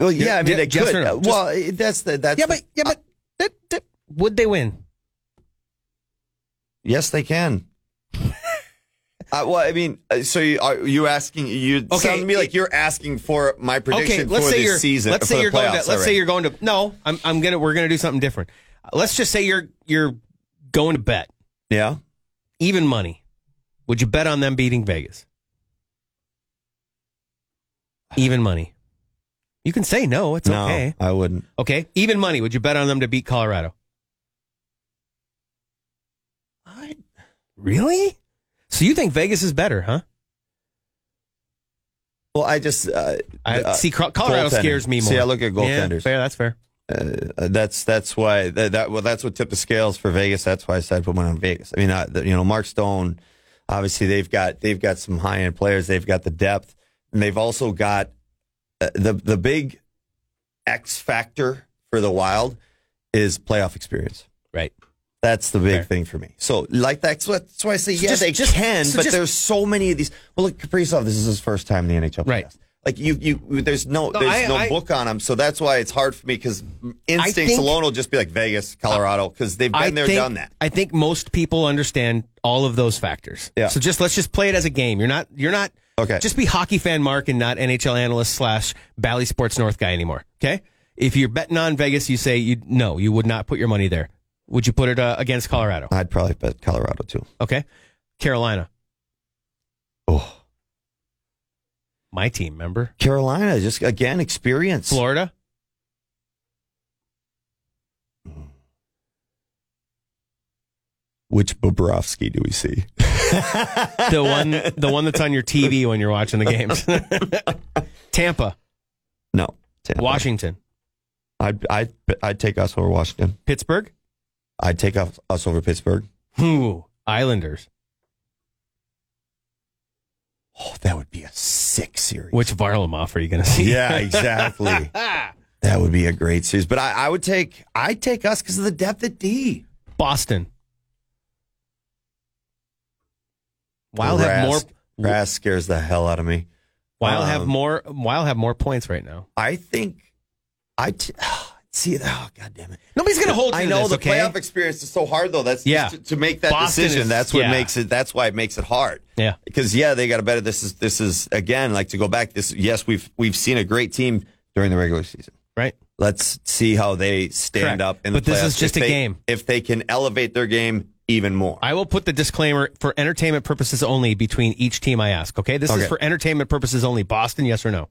[SPEAKER 3] well, yeah. I mean,
[SPEAKER 1] Yeah,
[SPEAKER 3] they
[SPEAKER 1] yes
[SPEAKER 3] could.
[SPEAKER 1] or no?
[SPEAKER 3] Uh, well, uh, that's the that's
[SPEAKER 1] Yeah,
[SPEAKER 3] the-
[SPEAKER 1] but yeah, but that- that- would they win?
[SPEAKER 3] yes,
[SPEAKER 1] *laughs*
[SPEAKER 3] they can. Uh, well, I mean, uh, so you, are you asking? You
[SPEAKER 1] Okay,
[SPEAKER 3] sound to me like
[SPEAKER 1] it-
[SPEAKER 3] you're asking for my prediction
[SPEAKER 1] Okay, let's
[SPEAKER 3] for
[SPEAKER 1] say
[SPEAKER 3] this
[SPEAKER 1] you're
[SPEAKER 3] season.
[SPEAKER 1] let's say
[SPEAKER 3] for
[SPEAKER 1] you're
[SPEAKER 3] the
[SPEAKER 1] going to
[SPEAKER 3] playoffs
[SPEAKER 1] let's say
[SPEAKER 3] already.
[SPEAKER 1] you're going to no, I'm I'm gonna we're gonna do something different. Uh, Let's just say you're you're going to bet
[SPEAKER 3] yeah.
[SPEAKER 1] even money. Would you bet on them beating Vegas? Even money. You can say no. It's
[SPEAKER 3] no,
[SPEAKER 1] okay.
[SPEAKER 3] I wouldn't.
[SPEAKER 1] Okay. Even money. Would you bet on them to beat Colorado? I, really? So you think Vegas is better, huh?
[SPEAKER 3] Well, I just uh,
[SPEAKER 1] I
[SPEAKER 3] uh,
[SPEAKER 1] see. Col- Colorado
[SPEAKER 3] goaltending.
[SPEAKER 1] scares me more.
[SPEAKER 3] See, I look at
[SPEAKER 1] Yeah,
[SPEAKER 3] goaltenders.
[SPEAKER 1] fair. That's fair.
[SPEAKER 3] Uh, that's that's why that, that well that's what tipped the scales for Vegas. That's why I said put one on Vegas. I mean, uh, the, you know, Mark Stone. Obviously, they've got they've got some high end players. They've got the depth, and they've also got uh, the the big X factor for the Wild is playoff experience.
[SPEAKER 1] Right.
[SPEAKER 3] That's the big
[SPEAKER 1] Fair.
[SPEAKER 3] thing for me. So, like that's what that's why I say
[SPEAKER 1] So
[SPEAKER 3] yeah
[SPEAKER 1] just-
[SPEAKER 3] they
[SPEAKER 1] just-
[SPEAKER 3] can,
[SPEAKER 1] so
[SPEAKER 3] but
[SPEAKER 1] just-
[SPEAKER 3] there's so many of these. Well, look, Kaprizov. This is his first time in the NHL.
[SPEAKER 1] Right.
[SPEAKER 3] playoffs. Like you, you. There's no,
[SPEAKER 1] No,
[SPEAKER 3] there's
[SPEAKER 1] I-
[SPEAKER 3] no
[SPEAKER 1] I-
[SPEAKER 3] book on him. So that's why it's hard for me because instincts
[SPEAKER 1] think-
[SPEAKER 3] alone will just be like Vegas, Colorado, because they've been there,
[SPEAKER 1] think,
[SPEAKER 3] done that.
[SPEAKER 1] I think most people understand all of those factors.
[SPEAKER 3] Yeah.
[SPEAKER 1] So just let's just play it as a game. You're not. You're not.
[SPEAKER 3] Okay.
[SPEAKER 1] Just be hockey fan Mark and not NHL analyst slash Bally Sports North guy anymore. Okay. If you're betting on Vegas, you say you no, you would not put your money there. Would you put it uh, against Colorado?
[SPEAKER 3] I'd probably bet Colorado too.
[SPEAKER 1] Okay. Carolina,
[SPEAKER 3] Oh,
[SPEAKER 1] my team, member.
[SPEAKER 3] Carolina, just again experience.
[SPEAKER 1] Florida.
[SPEAKER 3] Which Bobrovsky do we see? *laughs*
[SPEAKER 1] The one the one that's on your TV when you're watching the games. *laughs* Tampa,
[SPEAKER 3] No, Tampa.
[SPEAKER 1] Washington,
[SPEAKER 3] I'd, I'd, I'd take us over Washington.
[SPEAKER 1] Pittsburgh,
[SPEAKER 3] I'd take us, us over Pittsburgh.
[SPEAKER 1] Ooh, Islanders.
[SPEAKER 3] Oh, that would be a sick series.
[SPEAKER 1] Which Varlamov are you going to see? *laughs*
[SPEAKER 3] Yeah, exactly. *laughs*
[SPEAKER 1] Ah.
[SPEAKER 3] that would be a great series. But I, I would take I'd take us because of the depth at D.
[SPEAKER 1] Boston. Wild have more.
[SPEAKER 3] Rask- Rask scares the hell out of me.
[SPEAKER 1] Wild have
[SPEAKER 3] Um,
[SPEAKER 1] more. Wild have more points right now.
[SPEAKER 3] I think I t- *sighs* See, oh god damn it.
[SPEAKER 1] Nobody's gonna hold you.
[SPEAKER 3] I
[SPEAKER 1] to
[SPEAKER 3] know
[SPEAKER 1] this,
[SPEAKER 3] the
[SPEAKER 1] okay?
[SPEAKER 3] playoff experience is so hard though. That's
[SPEAKER 1] Yeah.
[SPEAKER 3] to, to make that
[SPEAKER 1] Boston
[SPEAKER 3] decision.
[SPEAKER 1] is-
[SPEAKER 3] that's what
[SPEAKER 1] yeah.
[SPEAKER 3] makes it. That's why it makes it hard.
[SPEAKER 1] Yeah.
[SPEAKER 3] Because yeah, they got a better. This is this is again like to go back. This yes, we've we've seen a great team during the regular season.
[SPEAKER 1] Right.
[SPEAKER 3] Let's see how they
[SPEAKER 1] Correct.
[SPEAKER 3] stand up in the
[SPEAKER 1] But this
[SPEAKER 3] playoffs.
[SPEAKER 1] is just
[SPEAKER 3] If
[SPEAKER 1] a
[SPEAKER 3] they-
[SPEAKER 1] game.
[SPEAKER 3] If they can elevate their game even more,
[SPEAKER 1] I will put the disclaimer for entertainment purposes only between each team I ask. Okay, this
[SPEAKER 3] Okay.
[SPEAKER 1] is for entertainment purposes only. Boston, yes or no?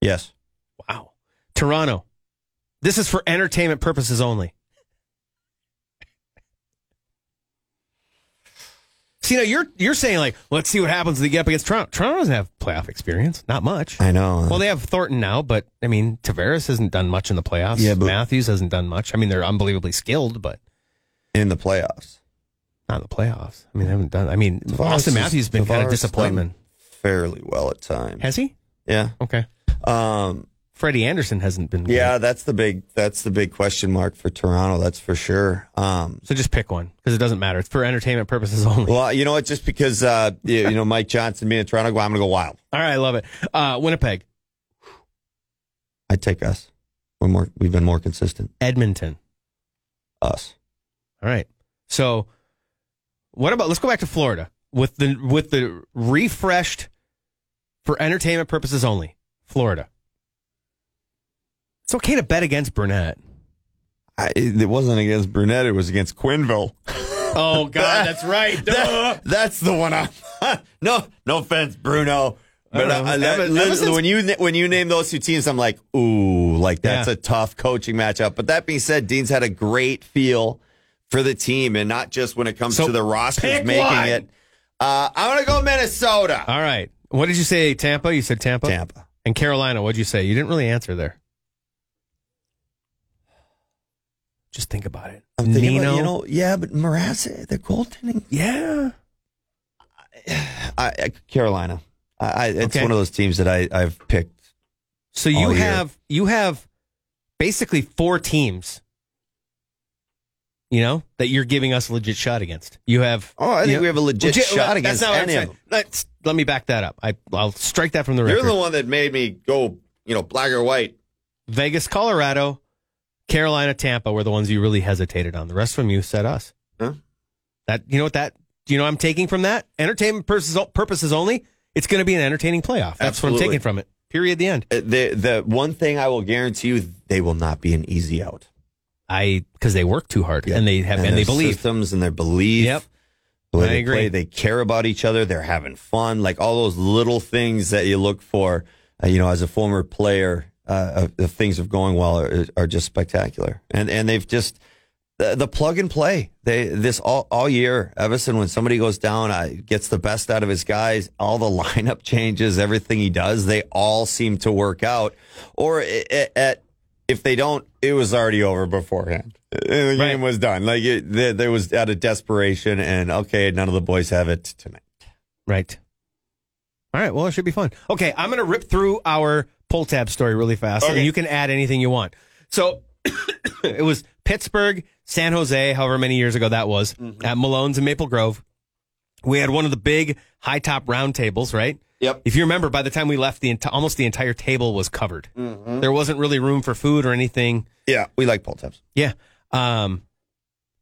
[SPEAKER 3] yes.
[SPEAKER 1] Wow. Toronto, this is for entertainment purposes only. See now you're you're saying like let's see what happens when they get up against Toronto. Toronto doesn't have playoff experience, not much.
[SPEAKER 3] I know.
[SPEAKER 1] Well, they have Thornton now, but I mean Tavares hasn't done much in the playoffs.
[SPEAKER 3] Yeah, but-
[SPEAKER 1] Matthews hasn't done much. I mean they're unbelievably skilled, but
[SPEAKER 3] in the playoffs.
[SPEAKER 1] not in the playoffs. I mean they haven't done. I mean
[SPEAKER 3] Tavares
[SPEAKER 1] Austin
[SPEAKER 3] is-
[SPEAKER 1] Matthews has been kind
[SPEAKER 3] Tavares
[SPEAKER 1] of
[SPEAKER 3] has
[SPEAKER 1] disappointment.
[SPEAKER 3] done Fairly well at times.
[SPEAKER 1] Has he?
[SPEAKER 3] yeah.
[SPEAKER 1] Okay.
[SPEAKER 3] Um,
[SPEAKER 1] Freddie Anderson hasn't been. good.
[SPEAKER 3] yeah, that's the big that's the big question mark for Toronto. That's for sure. Um,
[SPEAKER 1] So just pick one because it doesn't matter. It's for entertainment purposes *laughs* only.
[SPEAKER 3] well, you know what? Just because uh, you, you know Mike Johnson being in Toronto, I'm gonna go wild.
[SPEAKER 1] All right, I love it. Uh, Winnipeg,
[SPEAKER 3] I take us. We're more. We've been more consistent.
[SPEAKER 1] Edmonton.
[SPEAKER 3] Us.
[SPEAKER 1] All right. So what about? Let's go back to Florida with the with the refreshed for entertainment purposes only. Florida. It's okay to bet against Burnett.
[SPEAKER 3] I, it wasn't against Brunette. It was against Quinville.
[SPEAKER 1] Oh God, that's right.
[SPEAKER 3] That- that's the one. I *laughs* no no offense, Bruno. But
[SPEAKER 1] I don't know.
[SPEAKER 3] uh, that-
[SPEAKER 1] Ever-
[SPEAKER 3] li-
[SPEAKER 1] ever since-
[SPEAKER 3] when you na- when you name those two teams, I'm like, ooh, like that's
[SPEAKER 1] Yeah.
[SPEAKER 3] a tough coaching matchup. But that being said, Dean's had a great feel for the team, and not just when it comes
[SPEAKER 1] So
[SPEAKER 3] to the rosters
[SPEAKER 1] pick
[SPEAKER 3] making
[SPEAKER 1] one. Uh,
[SPEAKER 3] it. Uh, I'm gonna go Minnesota,
[SPEAKER 1] *laughs* All right. What did you say, Tampa? You said Tampa.
[SPEAKER 3] Tampa.
[SPEAKER 1] And Carolina, what'd you say? You didn't really answer there. Just think about it.
[SPEAKER 3] I'm thinking,
[SPEAKER 1] Nino.
[SPEAKER 3] about, you know, yeah, but Mrazek, the goaltending,
[SPEAKER 1] yeah.
[SPEAKER 3] I, I, Carolina. I, I, it's
[SPEAKER 1] Okay.
[SPEAKER 3] one of those teams that I, I've picked.
[SPEAKER 1] So you
[SPEAKER 3] All year.
[SPEAKER 1] have you have basically four teams. You know that you're giving us a legit shot against. You have.
[SPEAKER 3] Oh, I think
[SPEAKER 1] you know-
[SPEAKER 3] we have a legit shot
[SPEAKER 1] well,
[SPEAKER 3] against
[SPEAKER 1] that's not what I'm
[SPEAKER 3] any of
[SPEAKER 1] saying.
[SPEAKER 3] them.
[SPEAKER 1] Let's, let me back that up. I I'll strike that from the
[SPEAKER 3] You're
[SPEAKER 1] record.
[SPEAKER 3] the one that made me go, you know, black or white.
[SPEAKER 1] Vegas, Colorado, Carolina, Tampa were the ones you really hesitated on. The rest from you said us.
[SPEAKER 3] Huh?
[SPEAKER 1] That you know what that do you know what I'm taking from that? Entertainment purposes purposes only. It's going to be an entertaining playoff. That's what
[SPEAKER 3] Absolutely.
[SPEAKER 1] I'm taking from it. Period. The end.
[SPEAKER 3] Uh, The the one thing I will guarantee you, they will not be an easy out.
[SPEAKER 1] I because they work too hard and they have and, they
[SPEAKER 3] their
[SPEAKER 1] believe.
[SPEAKER 3] systems and their belief.
[SPEAKER 1] Yep.
[SPEAKER 3] The way
[SPEAKER 1] I
[SPEAKER 3] they
[SPEAKER 1] agree.
[SPEAKER 3] play, they care about each other. They're having fun, like all those little things that you look for. Uh, you know, as a former player, uh, of- the things of going well are, are just spectacular, and and they've just the, the plug and play. They this all all year. Everson, when somebody goes down, uh, gets the best out of his guys. All the *laughs* lineup changes, everything he does, they all seem to work out. Or i- i- at if they don't, it was already over beforehand. Uh, The
[SPEAKER 1] Right.
[SPEAKER 3] game was done. Like it, there, there was out of desperation, and okay, none of the boys have it tonight.
[SPEAKER 1] Right. All right. Well, it should be fun. Okay. I'm going to rip through our pull tab story really fast,
[SPEAKER 3] Okay.
[SPEAKER 1] and you can add anything you want. So *coughs* it was Pittsburgh, San Jose, however many years ago that was, at Malone's in Maple Grove. We had one of the big high top round tables, right?
[SPEAKER 3] Yep.
[SPEAKER 1] If you remember, by the time we left, the enti- almost the entire table was covered. There wasn't really room for food or anything.
[SPEAKER 3] Yeah, we like Paul Taps.
[SPEAKER 1] Yeah. Um,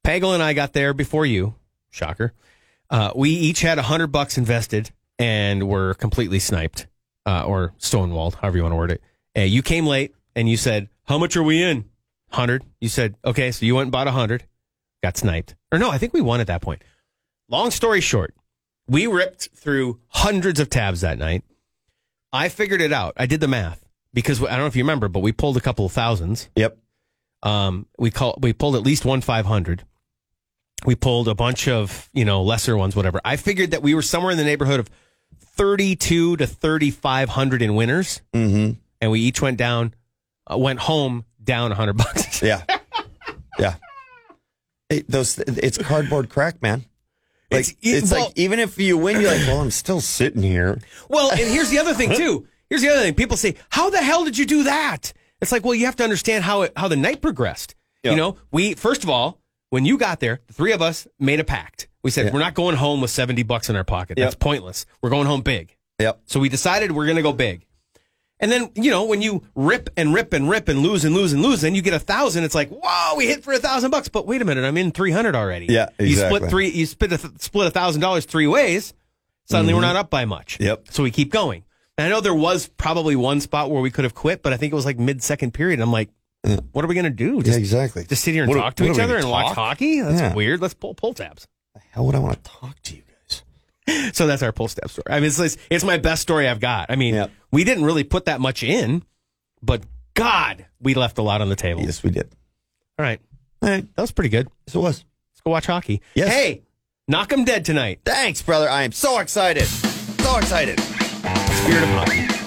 [SPEAKER 1] Pagel and I got there before you. Shocker. Uh, we each had a hundred bucks invested and were completely sniped uh, or stonewalled, however you want to word it. Uh, you came late and you said, "How much are we in?" Hundred. You said, "Okay," so you went and bought a hundred. Got sniped, or no? I think we won at that point. Long story short, we ripped through hundreds of tabs that night. I figured it out. I did the math because I don't know if you remember, but we pulled a couple of thousands.
[SPEAKER 3] Yep.
[SPEAKER 1] Um, we call we pulled at least one five hundred. We pulled a bunch of you know lesser ones, whatever. I figured that we were somewhere in the neighborhood of thirty two to thirty five hundred in winners,
[SPEAKER 3] Mm-hmm.
[SPEAKER 1] and we each went down, uh, went home down a hundred bucks. *laughs*
[SPEAKER 3] Yeah. yeah. It, those it's cardboard crack, man. Like
[SPEAKER 1] It's-
[SPEAKER 3] it's,
[SPEAKER 1] it- well-
[SPEAKER 3] like even if you win, you're like, well, I'm still sitting here.
[SPEAKER 1] well, and here's the other thing too. Here's the other thing. People say, "How the hell did you do that?" It's like, well, you have to understand how it how the night progressed.
[SPEAKER 3] Yeah.
[SPEAKER 1] You know, we first of all, when you got there, the three of us made a pact. We said we're not going home with seventy bucks in our pocket.
[SPEAKER 3] Yep.
[SPEAKER 1] That's pointless. We're going home big.
[SPEAKER 3] Yep.
[SPEAKER 1] So we decided we're going to go big. And then, you know, when you rip and rip and rip and lose and lose and lose, then you get a thousand. It's like, whoa, we hit for a thousand bucks. But wait a minute, I'm in 300 already.
[SPEAKER 3] Yeah,
[SPEAKER 1] You
[SPEAKER 3] exactly.
[SPEAKER 1] split three, you split a, th- split a thousand dollars three ways. Suddenly we're not up by much.
[SPEAKER 3] Mm-hmm. Yep.
[SPEAKER 1] So we keep going. And I know there was probably one spot where we could have quit, but I think it was like mid second period. I'm like, what are we going to do? Just,
[SPEAKER 3] Mm. exactly.
[SPEAKER 1] just sit here and
[SPEAKER 3] What are-
[SPEAKER 1] talk to
[SPEAKER 3] what are
[SPEAKER 1] each
[SPEAKER 3] we
[SPEAKER 1] other
[SPEAKER 3] gonna
[SPEAKER 1] and watch
[SPEAKER 3] talk?
[SPEAKER 1] hockey? That's
[SPEAKER 3] Yeah.
[SPEAKER 1] weird. Let's pull pull tabs.
[SPEAKER 3] How would I want to talk to you guys?
[SPEAKER 1] So that's our pull step story. I mean, it's, it's, it's my best story I've got. I mean,
[SPEAKER 3] Yep.
[SPEAKER 1] we didn't really put that much in, but God, we left a lot on the table.
[SPEAKER 3] Yes, we did.
[SPEAKER 1] All right.
[SPEAKER 3] All right.
[SPEAKER 1] That was pretty good.
[SPEAKER 3] Yes, it was.
[SPEAKER 1] Let's go watch hockey.
[SPEAKER 3] Yes.
[SPEAKER 1] Hey, knock 'em dead tonight.
[SPEAKER 3] Thanks, brother. I am so excited. So excited.
[SPEAKER 1] Spirit of hockey.